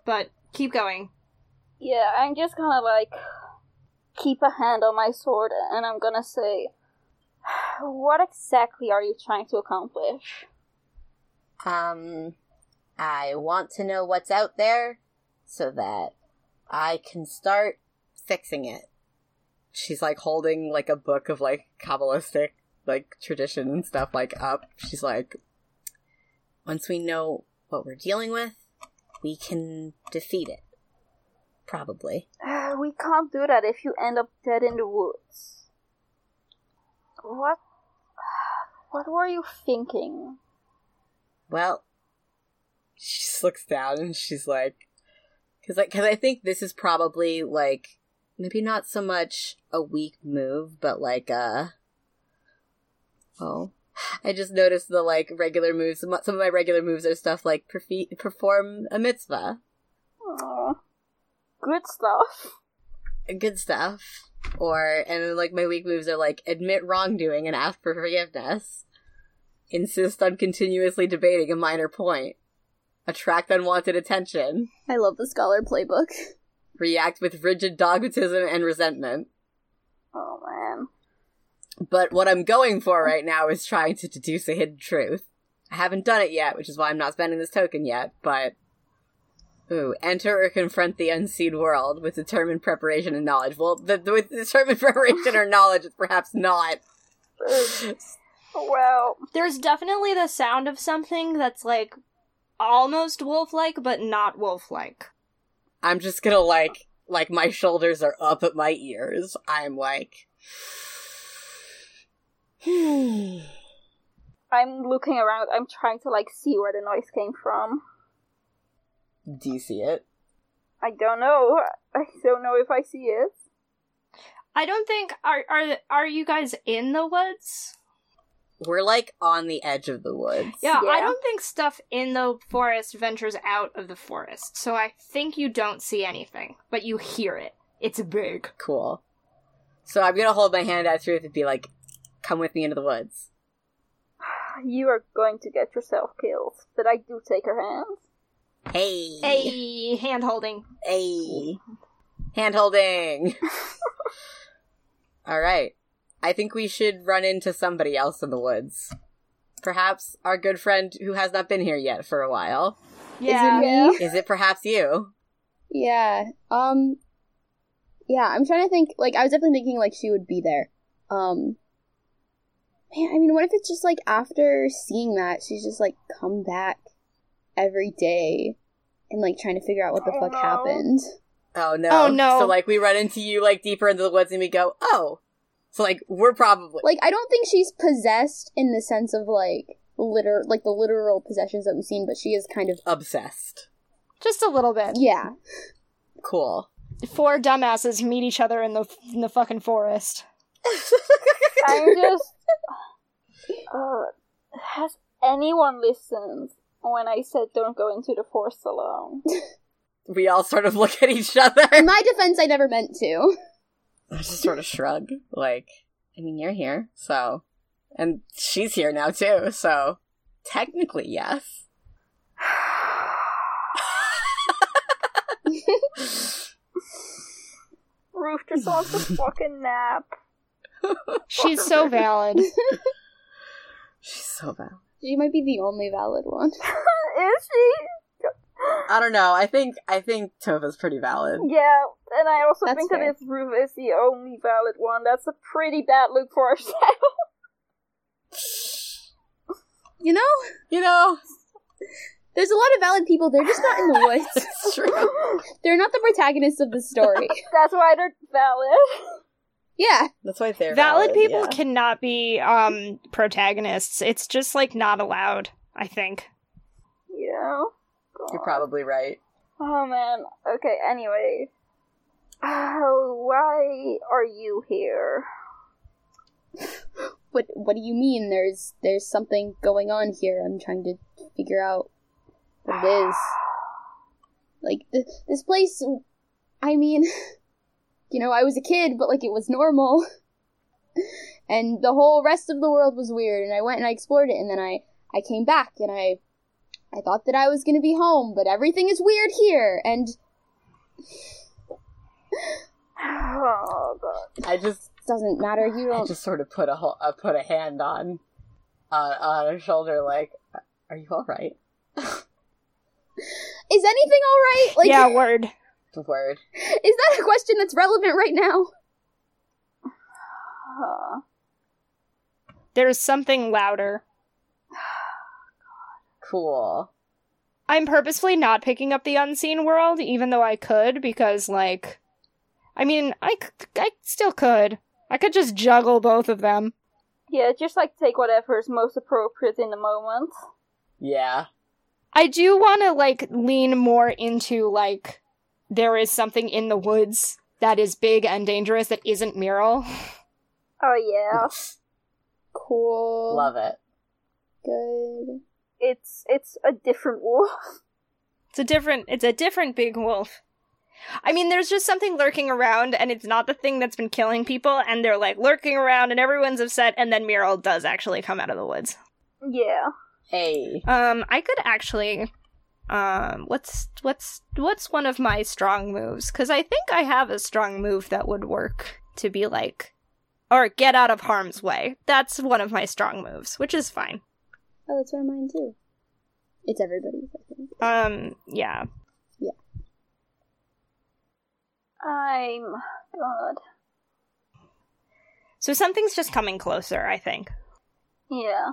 but keep going. Yeah, I'm just gonna like keep a hand on my sword and I'm gonna say, What exactly are you trying to accomplish? Um, I want to know what's out there so that I can start fixing it. She's like holding like a book of like Kabbalistic like tradition and stuff like up. She's like, once we know what we're dealing with, we can defeat it. Probably. Uh, *sighs* we can't do that if you end up dead in the woods. What? *sighs* What were you thinking? Well, she just looks down and she's like, because like, cause I think this is probably like maybe not so much a weak move, but like uh oh. I just noticed the like regular moves. Some some of my regular moves are stuff like perfe- perform a mitzvah, Aw. Good stuff. good stuff, or and then like my weak moves are like admit wrongdoing and ask for forgiveness, insist on continuously debating a minor point, attract unwanted attention, I love the scholar playbook. react with rigid dogmatism and resentment. Oh man. But what I'm going for right now is trying to deduce a hidden truth. I haven't done it yet, which is why I'm not spending this token yet, but. Ooh, enter or confront the unseen world with determined preparation and knowledge. Well, the, the, with determined *laughs* preparation or knowledge is perhaps not. Ugh. well, There's definitely the sound of something that's like almost wolf like, but not wolf like. I'm just gonna, like, like my shoulders are up at my ears. I'm like. *sighs* I'm looking around. I'm trying to like see where the noise came from. Do you see it? I don't know. I don't know if I see it. I don't think are are are you guys in the woods? We're, like, on the edge of the woods. Yeah, I Yeah. don't think stuff in the forest ventures out of the forest. So I think you don't see anything, but you hear it. It's big. Cool. So I'm gonna hold my hand out through it and be like, come with me into the woods. You are going to get yourself killed. But I do take her *laughs* hand. Hey. Hey, hand holding. Hey. Hand holding. *laughs* All right. I think we should run into somebody else in the woods. Perhaps our good friend who has not been here yet for a while. Yeah. Is it me? Is it perhaps you? Yeah. Um. Yeah, I'm trying to think. Like, I was definitely thinking like she would be there. Um. Man, I mean, what if it's just like after seeing that she's just like come back every day and like trying to figure out what the Oh, fuck no. happened? Oh no. Oh, no. So like we run into you like deeper into the woods and we go, "Oh." So like we're probably Like, I don't think she's possessed in the sense of like liter like the literal possessions that we've seen, but she is kind of obsessed. Just a little bit. yeah. *laughs* Cool. Four dumbasses meet each other in the in the fucking forest. I'm just. Uh, has anyone listened when I said don't go into the forest alone? We all sort of look at each other. In my defense, I never meant to. I just sort of shrug, like, I mean, you're here, so. And she's here now, too, so. Technically, yes. Ruth just wants *laughs* to fucking nap. She's *laughs* so valid. She's so bad. She might be the only valid *laughs* one. Is she? I don't know. I think I think Tova's pretty valid. Yeah, and I also That's think fair. that if Ruth is the only valid one, that's a pretty bad look for ourselves. You know, You know, *laughs* there's a lot of valid people. They're just not in the *laughs* woods. it's true. they're not the protagonists of the story. *laughs* that's why they're valid. *laughs* Yeah. That's why they're valid, valid people yeah. cannot be um protagonists. It's just like not allowed, I think. Yeah. You're probably right. Oh man. Okay, anyway. *sighs* Oh, why are you here? What What do you mean? There's There's something going on here. I'm trying to figure out what it is. Like th- this place. I mean, *laughs* you know, I was a kid, but like it was normal, *laughs* and the whole rest of the world was weird. And I went and I explored it, and then I I came back, and I I thought that I was gonna be home, but everything is weird here, and Oh god. I just doesn't matter. You I don't. just sort of put a whole, I put a hand on uh, on her uh, shoulder, like, "Are- Are you all right? Is anything all right? Like, yeah, word. The word. *laughs* is that a question that's relevant right now? Uh, There's something louder. Cool. I'm purposefully not picking up the unseen world, even though I could, because, like, I mean, I, c- I still could. I could just juggle both of them. yeah, just like take whatever is most appropriate in the moment. Yeah. I do want to, like, lean more into, like, there is something in the woods that is big and dangerous that isn't Mural. Oh yeah, Cool. Love it. Good. it's it's a different wolf. It's a different, it's a different big wolf. I mean, there's just something lurking around, and it's not the thing that's been killing people, and they're, like, lurking around, and everyone's upset, and then Mural does actually come out of the woods. *laughs* Yeah, Hey. Um, I could actually, um, what's what's what's one of my strong moves? Because I think I have a strong move that would work to be like, or get out of harm's way. That's one of my strong moves, which is fine. Oh, that's where mine too. It's everybody's, I think. Um, yeah. I'm God. So something's just coming closer. I think Yeah,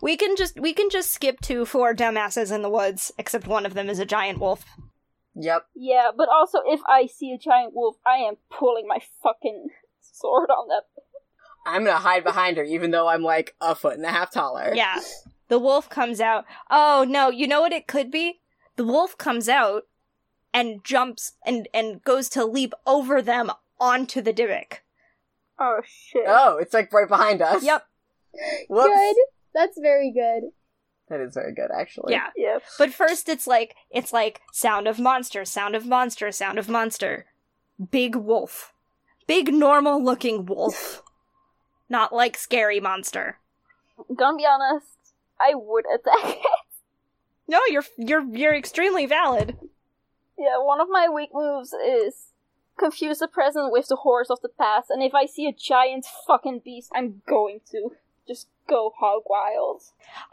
we can just we can just skip to four dumbasses in the woods, except one of them is a giant wolf. Yep. yeah, but also if I see a giant wolf, I am pulling my fucking sword on that. I'm gonna hide behind her, even though I'm like a foot and a half taller. *laughs* Yeah. The wolf comes out. Oh no, you know what it could be? The wolf comes out and jumps and and goes to leap over them onto the Dybbuk. Oh shit! Oh, it's like right behind us. Yep. Whoops. Good. That's very good. That is very good, actually. Yeah. Yeah, But first it's like it's like sound of monster, sound of monster, sound of monster. Big wolf. Big normal looking wolf. Not like scary monster. gonna be honest, I would attack it. No, you're you're you're extremely valid. Yeah, one of my weak moves is confuse the present with the horse of the past, and if I see a giant fucking beast, I'm going to just go hog wild.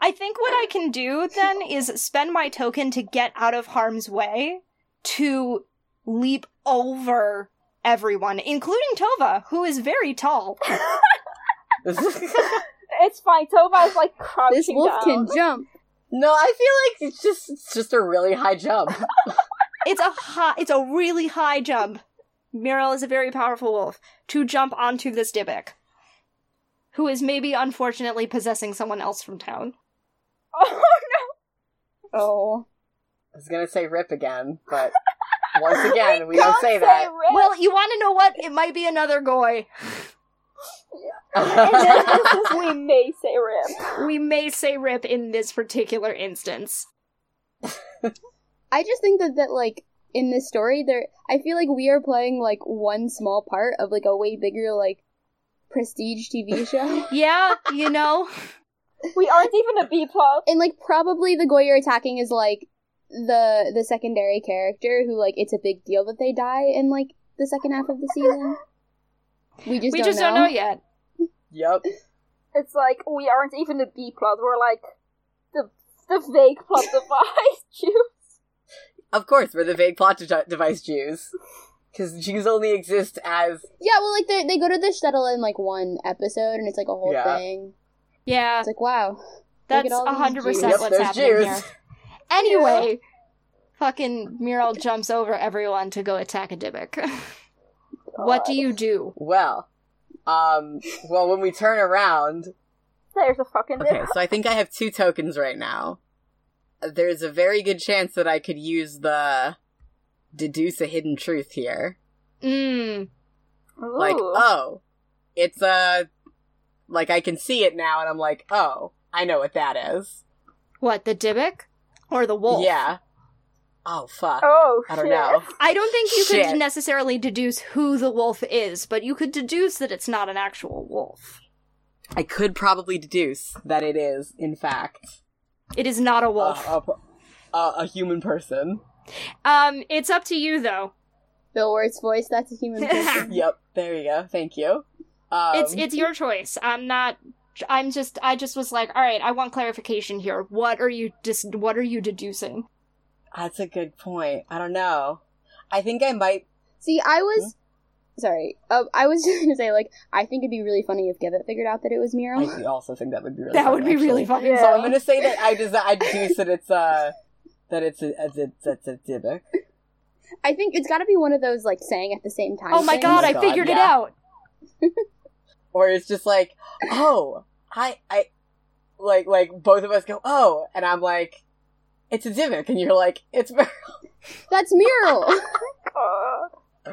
I think what I can do then is spend my token to get out of harm's way to leap over everyone, including Tova, who is very tall. It's fine. Tova is *laughs* like crouching This wolf down. can jump. *laughs* no, I feel like it's just it's just a really high jump. It's a high, it's a really high jump. Meryl is a very powerful wolf to jump onto this Dybbuk, who is maybe unfortunately possessing someone else from town. *laughs* Oh Oh. I was gonna say rip again, but *laughs* once again, we no! don't say that. red. Well, you want to know what? It might be another goy. *laughs* in this *laughs* instance, we may say red. We may say rip in this particular instance. I just think that that like in this story there I feel like we are playing like one small part of like a way bigger like prestige TV show. Yeah, you know. We aren't even a B plot. and like probably the Goy you're attacking is like the the secondary character who like it's a big deal that they die in like the second half of the season. We just, we don't, just know. don't know yet. yep. It's like we aren't even a B plot. We're like the the vague plot device. *laughs* You. Of course, we're the vague plot de- device Jews. Because Jews only exist as. Yeah, well, like they they go to the shuttle in like one episode, and it's like a whole Yeah. thing. Yeah, It's like wow, that's all these hundred Jews. percent Yep, what's there's happening Jews. here. Anyway, fucking Mural jumps over everyone to go attack a Dybbuk. *laughs* what do you do? Well, um, well, when we turn around. There's a fucking. Okay, so I think I have two tokens right now. There's a very good chance that I could use the deduce a hidden truth here. Mm, Ooh. Like, oh, it's a. Like, I can see it now, and I'm like, oh, I know what that is. what the Dybbuk or the wolf? Yeah. Oh, fuck. Oh, I don't shit. know. I don't think you could Shit. necessarily deduce who the wolf is, but you could deduce that it's not an actual wolf. I could probably deduce that it is, in fact, It is not a a, wolf. a, a- a human person. Um, it's up to you though. Bill Ward's voice. *laughs* That's a human. person. Yep, there you go. Thank you. Um, it's it's your choice. I'm not I'm just I just was like, all right, I want clarification here. What are you dis- what are you deducing? That's a good point. I don't know. I think I might. See, I was sorry. Um, I was *laughs* just gonna say like I think it'd be really funny if Gibbet figured out that it was Miro. I do also think that would be really. that funny, would be actually. really fucking Yeah. So funny. I'm gonna say that I des- I deduce that it's uh that it's a that's a, that's a Dybbuk. I think it's got to be one of those like saying at the same time. Oh my things. god, I God, figured it yeah. *laughs* out. or it's just like, oh, I, I, like, like both of us go, oh, and I'm like, it's a Dybbuk, and you're like, it's *laughs* Mer- *laughs* That's Miro. *laughs* Uh,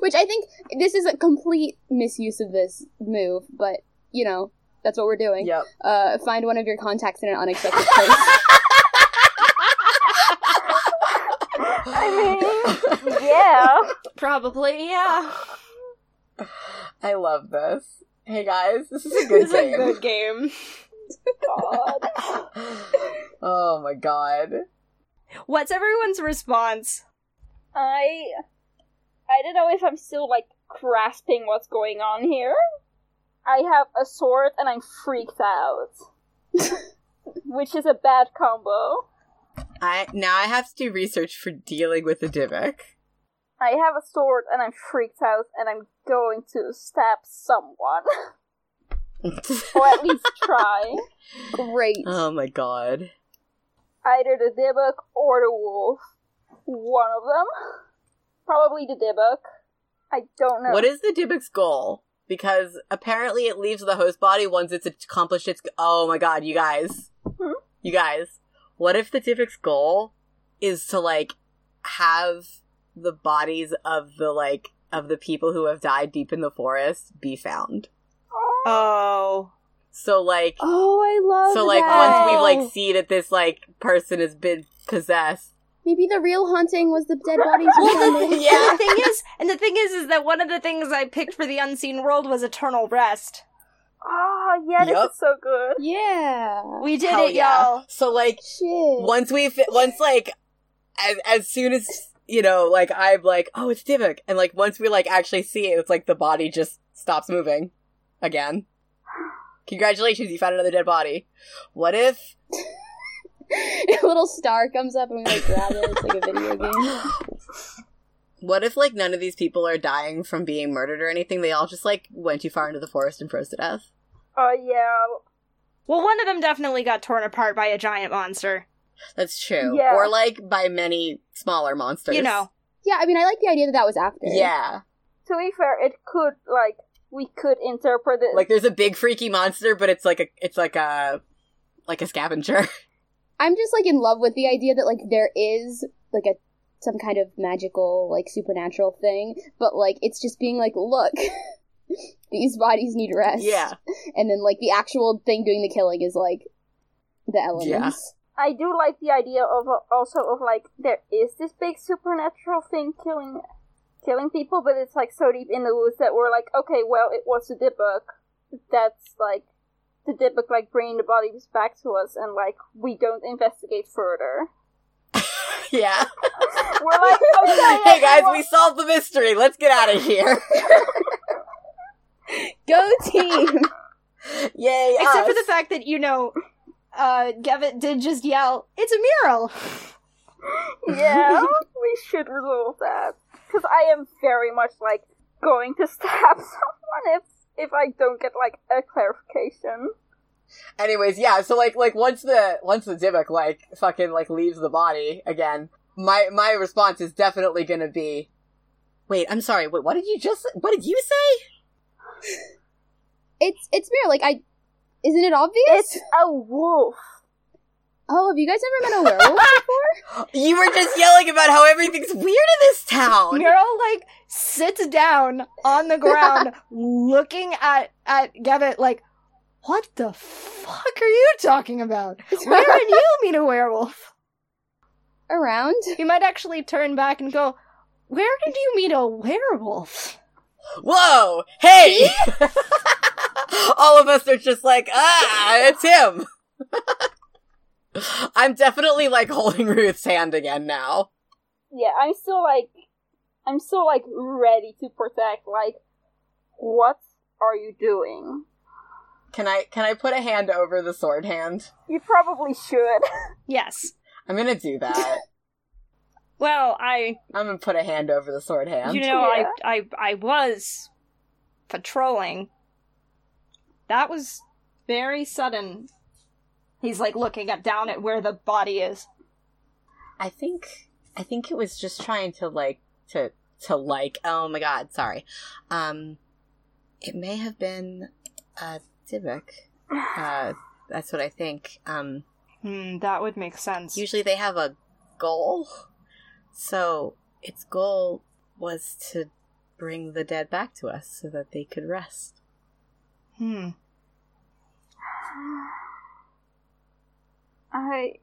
Which I think this is a complete misuse of this move, but you know that's what we're doing. Yep. Uh, find one of your contacts in an unexpected place. *laughs* *laughs* I *laughs* yeah. Probably, yeah. love this. Hey guys, this is a good game. game. God. *laughs* oh my god. What's everyone's response? I I don't know if I'm still like grasping what's going on here. I have a sword and I'm freaked *laughs* out. Which is a bad combo. I now I have to do research for dealing with a Dybbuk. I have a sword and I'm freaked out and I'm going to stab someone. or at *laughs* least try. Great. Uh-huh. oh my god. Either the Dibbuk or the wolf. One of them. Probably the Dibbuk. I don't know. What is the Dybbuk's goal? Because apparently it leaves the host body once it's accomplished its. Oh my god, you guys. Hmm? You guys. What if the Dybbuk's goal is to, like, have the bodies of the, like, of the people who have died deep in the forest be found? Oh. So, like, Oh, I love. so, like, that. once we've, like, see that this, like, person has been possessed. maybe the real haunting was the dead bodies. *laughs* we found in the And yeah. the thing *laughs* is, and the thing is, is that one of the things I picked for the unseen world was eternal rest. Oh, yeah, this Yup. is so good. Yeah. We did Hell it, yeah. y'all. So, like, Shit. once we fi- once like as, as soon as you know like i'm like oh it's divic and like once we like actually see it it's like the body just stops moving again congratulations you found another dead body what if *laughs* a little star comes up and we like grab it. It's like a video game. what if like none of these people are dying from being murdered or anything they all just like went too far into the forest and froze to death Oh, yeah. Well, one of them definitely got torn apart by a giant monster. that's true Yeah. or like by many smaller monsters You know. Yeah, I mean, I like the idea that that was after. yeah To be fair, it could, like, we could interpret it. like there's a big freaky monster but it's like a it's like a like a scavenger *laughs* I'm just like in love with the idea that like there is like a some kind of magical like supernatural thing, but like it's just being like, look, *laughs* these bodies need rest. yeah and then like the actual thing doing the killing is like the elements. I do like the idea of uh, also of like there is this big supernatural thing killing, killing people, but it's like so deep in the woods that we're like, okay, well, it was the Dibbuk. That's like the Dibbuk like bringing the bodies back to us, and like we don't investigate further. yeah We're *laughs* like, okay, hey guys, everyone- we solved the mystery. Let's get out of here. Go team! *laughs* Yay! Except for us. the fact that, you know, uh, Gavit did just yell, It's a mural! yeah, we should resolve that because I am very much like going to *laughs* stab someone if if I don't get like a clarification. Anyways, yeah. So like, like once the once the Dybbuk like fucking like leaves the body again, my my response is definitely gonna be, wait, I'm sorry. Wait, what did you just? What did you say? it's it's mirror. Like I, isn't it obvious? It's a wolf. oh, have you guys ever met a *laughs* werewolf? You were just yelling about how everything's weird in this *laughs* town. Mural, like, sits down on the ground, looking at, at Gavit, like, What the fuck are you talking about? Where did *laughs* you meet a werewolf? Around? He might actually turn back and go, Where did you meet a werewolf? Whoa! Hey! *laughs* All of us are just like, ah, it's him. *laughs* I'm definitely like holding Ruth's hand again now. Yeah, I'm still like, I'm still like ready to protect. Like, what are you doing? Can I can I put a hand over the sword hand? You probably should. *laughs* Yes. I'm gonna do that. Well, I I'm gonna put a hand over the sword hand. you know Yeah. I I I was patrolling. That was very sudden. He's like looking at down at where the body is. I think I think it was just trying to like to to like oh my god, sorry. Um it may have been uh Dybbuk. Uh that's what I think. Um Hmm, that would make sense. usually they have a goal. So its goal was to bring the dead back to us so that they could rest. *laughs* Hmm. I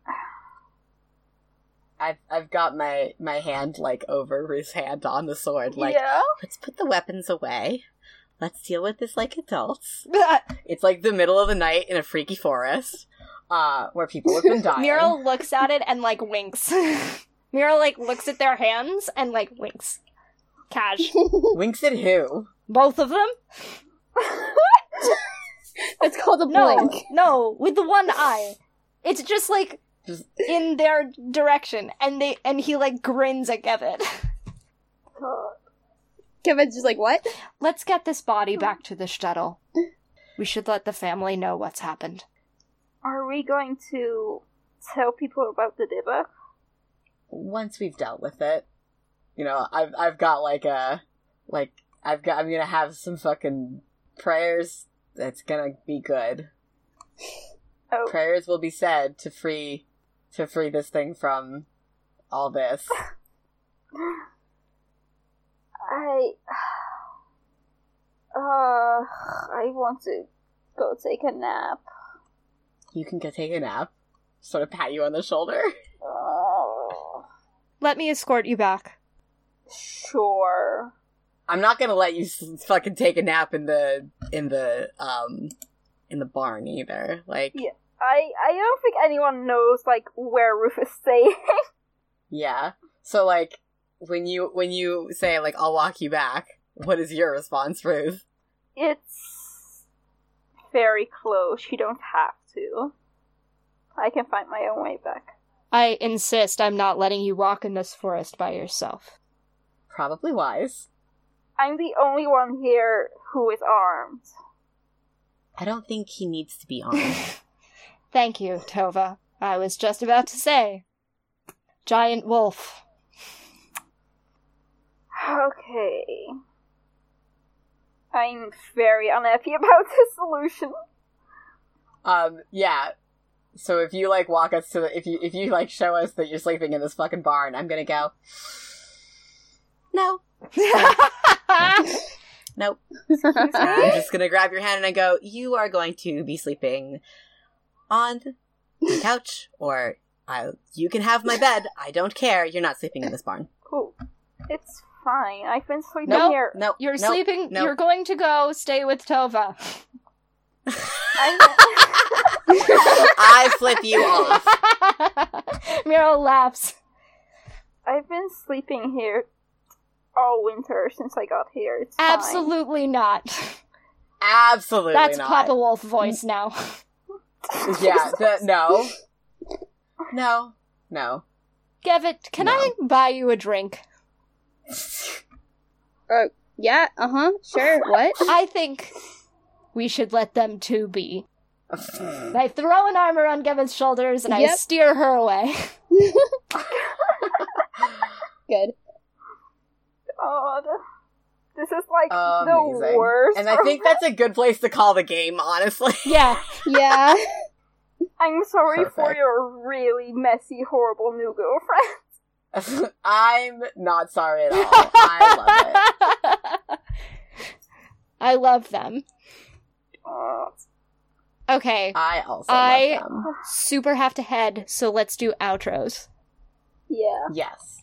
I've I've got my my hand like over his hand on the sword like yeah. let's put the weapons away. Let's deal with this like adults. It's like the middle of the night in a freaky forest, uh, where people have been dying. Mural looks at it and like winks. *laughs* Mural like looks at their hands and like winks. Cash. winks at who? *laughs* Both of them? *laughs* It's called a No, blink. no, with the one eye. It's just like Just- in their direction, and they and he like grins at Gevit. Kevin's just like, *laughs* what? *laughs* Let's get this body back to the shuttle. We should let the family know what's happened. Are we going to tell people about the Dibba? Once we've dealt with it, you know, I've I've got like a like I've got I'm gonna have some fucking prayers. That's gonna be good. Oh, Prayers will be said to free to free this thing from all this. I. *sighs* Uh, I want to go take a nap. You can go take a nap. Sort of pat you on the shoulder. Uh, Let me escort you back. sure. I'm not gonna let you s- fucking take a nap in the in the um in the barn either. Like, Yeah. I I don't think anyone knows like where Rufus staying. yeah. So like, when you when you say like I'll walk you back, what is your response, Ruth? *laughs* it's very close. You don't have to. I can find my own way back. I insist I'm not letting you walk in this forest by yourself. Probably wise. I'm the only one here who is armed. I don't think he needs to be armed. Thank you, Tova. I was just about to say. Giant wolf. *laughs* Okay. I'm very unhappy about *laughs* this solution. *laughs* um, yeah. So if you like walk us to the if you if you like show us that you're sleeping in this fucking barn, I'm gonna go. *sighs* No, nope. I'm just gonna grab your hand and I go, You are going to be sleeping on the couch, or I, you can have my bed. I don't care. You're not sleeping in this barn. Cool. It's fine. I've been sleeping Nope. here. *laughs* No, You're no, *laughs* sleeping. no. You're going to go stay with Tova. I flip you off. *laughs* Miro laughs. I've been sleeping here all winter since I got here. It's fine. Absolutely not. Absolutely That's not. Papa Wolf voice now. Yeah, the, no, no, no. Gevit, can I buy you a drink? Yeah, uh huh, sure, what? I think we should let them two be. I throw an arm around Gevit's shoulders and I Yep. steer her away. Good. God. This is like the Amazing. worst. And I think that's a good place to call the game, honestly. *laughs* yeah. Yeah. *laughs* I'm sorry for Perfect. your really messy, horrible new girlfriend. *laughs* I'm not sorry at all. I love it. *laughs* I love them. Uh, Okay. *laughs* I also I- love them. super have to head, so let's do outros. yeah. Yes.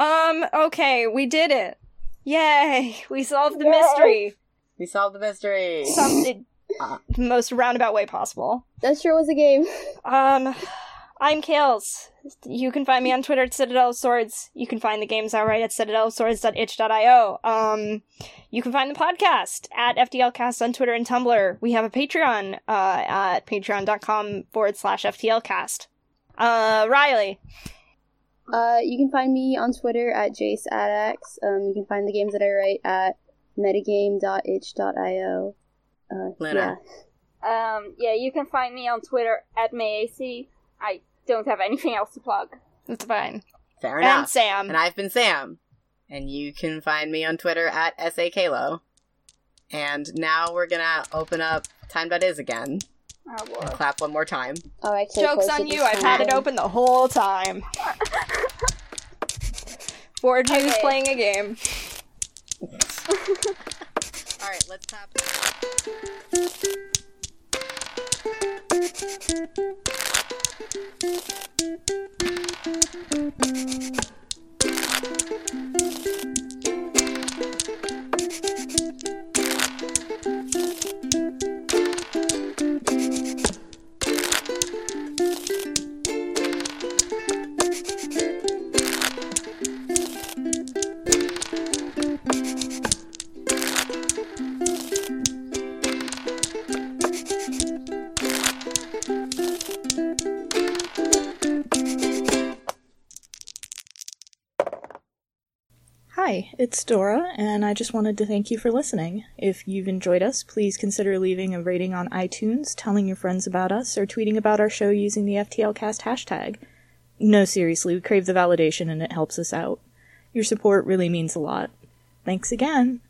Um, okay, we did it. Yay, we solved the Yay. mystery. We solved the mystery. Some, it, Uh. the most roundabout way possible. That sure was a game. Um, I'm Kales. You can find me on Twitter at Citadel of Swords. You can find the games outright at citadelofswords.itch.io. Um, you can find the podcast at FDLcast on Twitter and Tumblr. We have a Patreon uh, at patreon.com forward slash FTLcast. Uh, Riley. Uh, you can find me on Twitter at jaceadax. Um, you can find the games that I write at metagame.itch.io. Uh, Lena. Um, yeah, you can find me on Twitter at MayAC. I don't have anything else to plug. That's fine. Fair And enough. Sam. And I've been Sam. And you can find me on Twitter at SAKLO. And now we're gonna open up time.is again. Oh, And boy. clap one more time. Oh, I actually Joke's closed on it you. this I've had it time. open the whole *laughs* time. Four Jews Okay. playing a game. Alright, let's clap. Hi, it's Dora, and I just wanted to thank you for listening. If you've enjoyed us, please consider leaving a rating on iTunes, telling your friends about us, or tweeting about our show using the FTLcast hashtag. No, seriously, we crave the validation and it helps us out. Your support really means a lot. Thanks again!